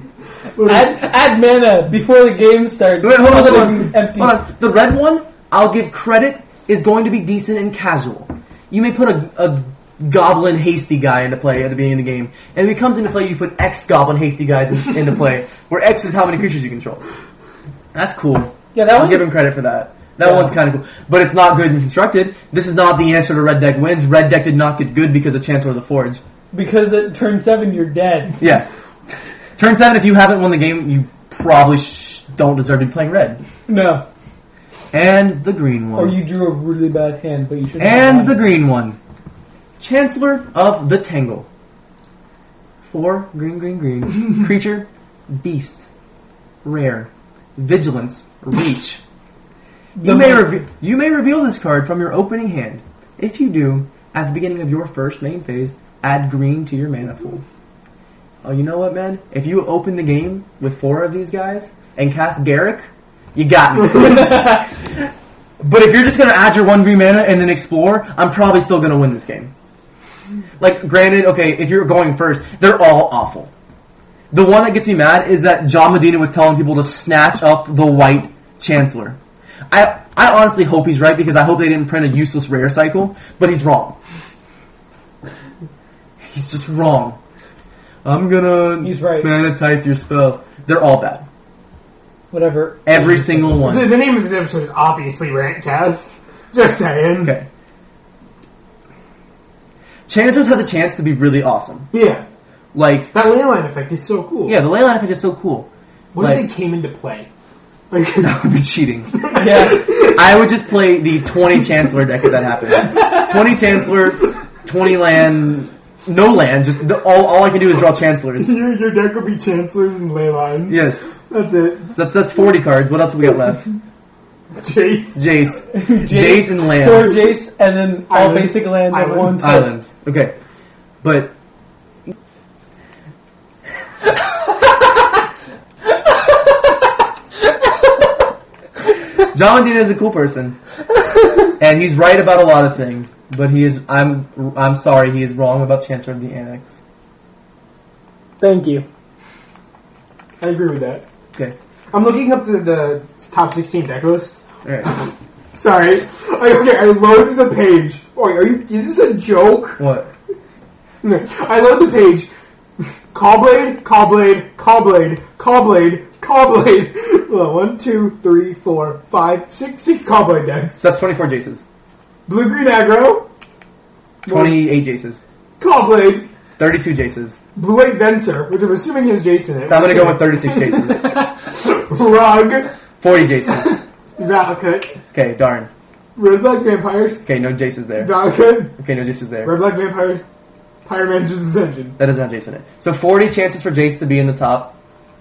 S7: Add, add mana before the game starts.
S1: Wait, hold
S7: so
S1: on,
S7: that
S1: hold
S7: it
S1: on.
S7: is empty.
S1: Hold on. The red one, I'll give credit, is going to be decent and casual. You may put a, a goblin hasty guy into play at the beginning of the game, and if he comes into play, you put X goblin hasty guys in, into play, where X is how many creatures you control. That's cool.
S7: Yeah, that
S1: I'll
S7: one.
S1: give him credit for that. That one's kind of cool, but it's not good and constructed. This is not the answer to red deck wins. Red deck did not get good because of Chancellor of the Forge.
S7: Because at turn seven, you're dead.
S1: Yeah. Turns out if you haven't won the game, you probably sh- don't deserve to be playing red.
S7: No.
S1: And the green
S7: Or
S1: one.
S7: you drew a really bad hand, but you should
S1: and the green one. Chancellor of the Tangle. Four green, green, green. Creature, beast, rare, vigilance, reach. You
S7: The
S1: may,
S7: most-
S1: reve- you may reveal this card from your opening hand. If you do, at the beginning of your first main phase, add green to your mana pool. Oh, you know what, man? If you open the game with four of these guys and cast Garrick, you got me. but if you're just gonna add your one green mana and then explore, I'm probably still gonna win this game. Like, granted, okay, if you're going first, they're all awful. The one that gets me mad is that John Medina was telling people to snatch up the white Chancellor. I I honestly hope he's right because I hope they didn't print a useless rare cycle, but he's wrong. He's just wrong. I'm gonna
S7: He's right.
S1: mana type your spell. They're all bad.
S7: Whatever.
S1: Every single
S2: The,
S1: one.
S2: the name of this episode is obviously Rantcast. Just saying.
S1: Okay. Chancellors had the chance to be really awesome.
S2: Yeah.
S1: Like
S2: That landline effect is so cool.
S1: yeah, the ley line effect is so cool.
S2: What
S1: like-
S2: if they came into play? Like,
S1: That would be cheating.
S7: Yeah.
S1: I would just play the 20 Chancellor deck if that happened. 20 Chancellor, 20 land, no land, just the, all, all I can do is draw Chancellors.
S2: your, your deck will be Chancellors and Leyline.
S1: Yes.
S2: That's it.
S1: So that's, that's 40 cards. What else we got left?
S2: Jace.
S1: Jace. Jace and
S7: Four
S1: lands.
S7: Jace, and then all
S2: Islands.
S7: basic lands at
S2: Islands.
S7: once.
S1: Islands. Okay. But, John Medina is a cool person. and he's right about a lot of things, but he is. I'm. I'm sorry. He is wrong about Chancellor of the Annex.
S7: Thank you.
S2: I agree with that.
S1: Okay.
S2: I'm looking up the, the top 16 deck lists.
S1: All right.
S2: Sorry. I, okay, I loaded the page. Wait, are you? Is this a joke?
S1: What?
S2: No. I load the page. Callblade, Callblade, Callblade, Callblade, Callblade. Hold on, One, two, three, four, five, six, six Callblade decks.
S1: So that's 24 Jaces.
S2: Blue Green Aggro,
S1: 28 Jaces.
S2: Callblade,
S1: 32 Jaces.
S2: Blue White Venser, which I'm assuming is Jason.
S1: I'm gonna go with 36 Jaces.
S2: Rug,
S1: 40 Jaces.
S2: Valakut,
S1: Okay, darn.
S2: Red Black Vampires,
S1: Okay, no Jaces there.
S2: Valakut,
S1: Okay, no Jaces there.
S2: Red Black Vampires, Pyromancer's Ascension.
S1: That doesn't have Jace in it. So 40 chances for Jace to be in the top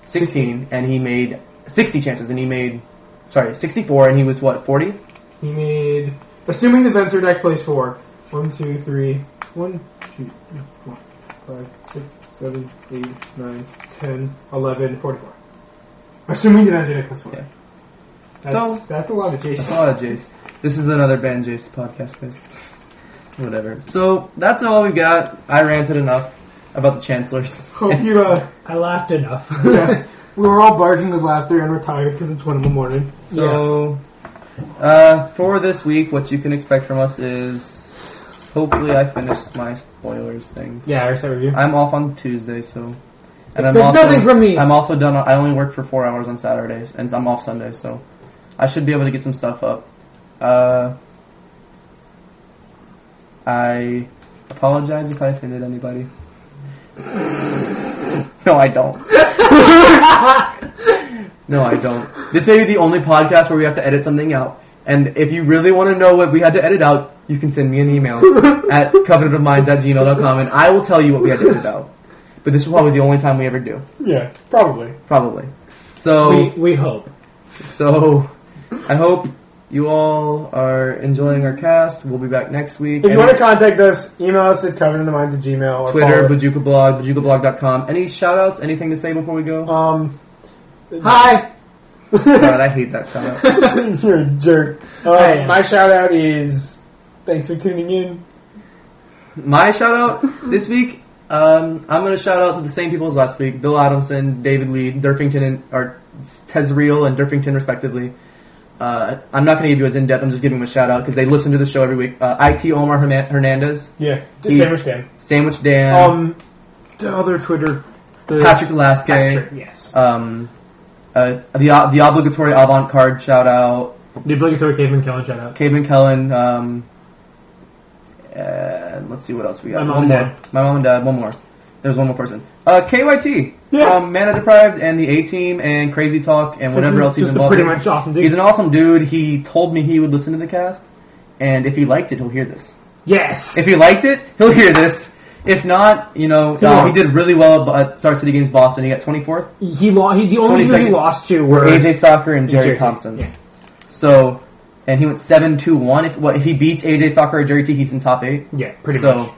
S1: 16, and he made 60 chances, and he made, sorry, 64, and he was what, 40?
S2: He made, assuming the Venser deck plays four. One, two, three, one, two, no, four, five, six, seven, eight, nine, ten, eleven, forty-four. Assuming the Venser deck plays four.
S1: Yeah.
S2: That's,
S1: So-
S2: that's a lot of Jason.
S1: That's a lot of Oh, Jace. This is another Ben Jace podcast, guys. Whatever. So that's all we got. I ranted enough about the Chancellors.
S2: Hope you, uh,
S3: I laughed enough.
S2: yeah. We were all barking with laughter and we're tired because it's one in the morning.
S1: So, uh, for this week, what you can expect from us is hopefully I finished my spoilers things.
S2: Yeah, I reset review.
S1: I'm off on Tuesday, so. And
S3: Expect nothing from me.
S1: I'm also done. On, I only work for four hours on Saturdays, and I'm off Sunday, so I should be able to get some stuff up. Uh, I apologize if I offended anybody. no, I don't. no, I don't. This may be the only podcast where we have to edit something out. And if you really want to know what we had to edit out, you can send me an email at covenantofminds at gmail.com and I will tell you what we had to edit out. But this is probably the only time we ever do.
S2: Yeah, probably.
S7: Oh.
S1: Probably. So
S3: we, we hope.
S1: so I hope you all are enjoying our cast. We'll be back next week.
S2: If you
S1: Any-
S2: want to contact us, email us at covenantofminds at gmail or
S1: Twitter,
S2: follow-
S1: Bajuka Blog, BajukaBlog.com. Any shout outs? Anything to say before we go?
S2: um,
S3: Hi.
S1: God, I hate that shout out.
S2: You're a jerk.
S3: I
S2: Um,
S3: am.
S2: my shout out is thanks for tuning in.
S1: My shout out this week, um, I'm going to shout out to the same people as last week Bill Adamson, David Lee, Durfington, and, or Tezreel and Durfington, respectively. Uh, I'm not going to give you as in depth, I'm just giving them a shout out because they listen to the show every week. Uh, IT Omar Hernan- Hernandez,
S2: Yeah,
S1: He-
S2: sandwich Dan.
S1: Sandwich Dan,
S2: Um, the other Twitter, the
S1: Patrick Laske.
S2: Patrick, yes,
S1: um, uh, the the obligatory avant card shout out,
S4: The obligatory Caveman Kellen shout out.
S1: Caveman Kellen. Um, and let's see what else we
S4: My
S1: got.
S4: mom
S1: one
S4: and
S1: more.
S4: dad.
S1: My mom and dad. One more. There's one more person. Uh, KYT
S2: Yeah.
S1: from Mana Um, Deprived and the A Team and Crazy Talk and whatever else he's
S4: Just a
S1: involved.
S4: pretty
S1: in.
S4: much awesome dude.
S1: He's an awesome dude. He told me he would listen to the cast, and if he liked it, he'll hear this.
S4: yes.
S1: If he liked it, he'll hear this. If not, you know, uh,
S4: won't.
S1: he did really well at Star City Games Boston. He got 24th.
S4: he lost. He, the only
S1: 20
S4: people he
S1: seconds.
S4: lost to were
S1: AJ Soccer and Jerry
S4: Jerry,
S1: Thompson.
S4: yeah.
S1: So, and he went seven two one. If what he beats AJ Soccer or Jerry T, he's in top eight.
S4: Yeah, pretty
S1: so,
S4: much.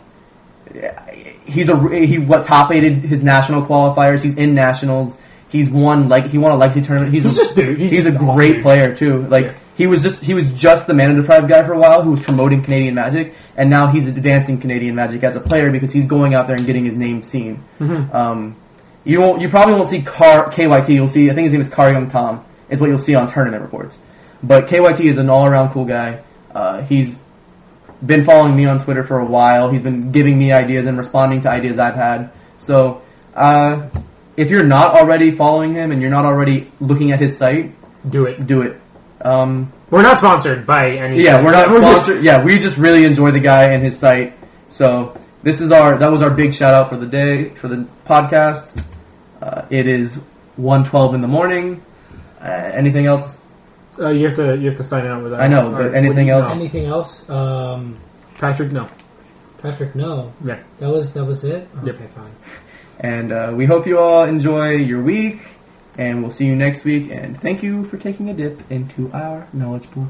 S1: yeah, he's a he what top eighted his national qualifiers. He's in nationals. He's won like he won a legacy tournament. He's,
S4: He's
S1: a,
S4: just dude. He's
S1: he's a
S4: just awesome
S1: great
S4: dude.
S1: player too. Like
S4: Yeah.
S1: he was just he was just the man of the deprived guy for a while who was promoting Canadian Magic, and now he's advancing Canadian Magic as a player because he's going out there and getting his name seen. Um, you won't, you probably won't see Car KYT. You'll see I think his name is Car Young Tom. Is what you'll see on tournament reports. But KYT is an all around cool guy. Uh, he's been following me on Twitter for a while. He's been giving me ideas and responding to ideas I've had. So, uh, if you're not already following him and you're not already looking at his site,
S4: Do it.
S1: do it. Um,
S4: We're not sponsored by any.
S1: yeah, we're not
S4: just-
S1: sponsored. Yeah, we just really enjoy the guy and his site. So this is our that was our big shout out for the day for the podcast. Uh, it is 1.12 in the morning. Uh, anything else?
S4: Uh, you have to you have to sign out with that.
S1: I know, but
S4: Or-
S1: anything
S4: no.
S1: else?
S3: Anything else? Um,
S4: Patrick, no.
S3: Patrick, no.
S4: Yeah.
S3: That was that was it. Okay,
S4: Yep.
S3: fine.
S1: And uh, we hope you all enjoy your week. And we'll see you next week. And thank you for taking a dip into our knowledge pool.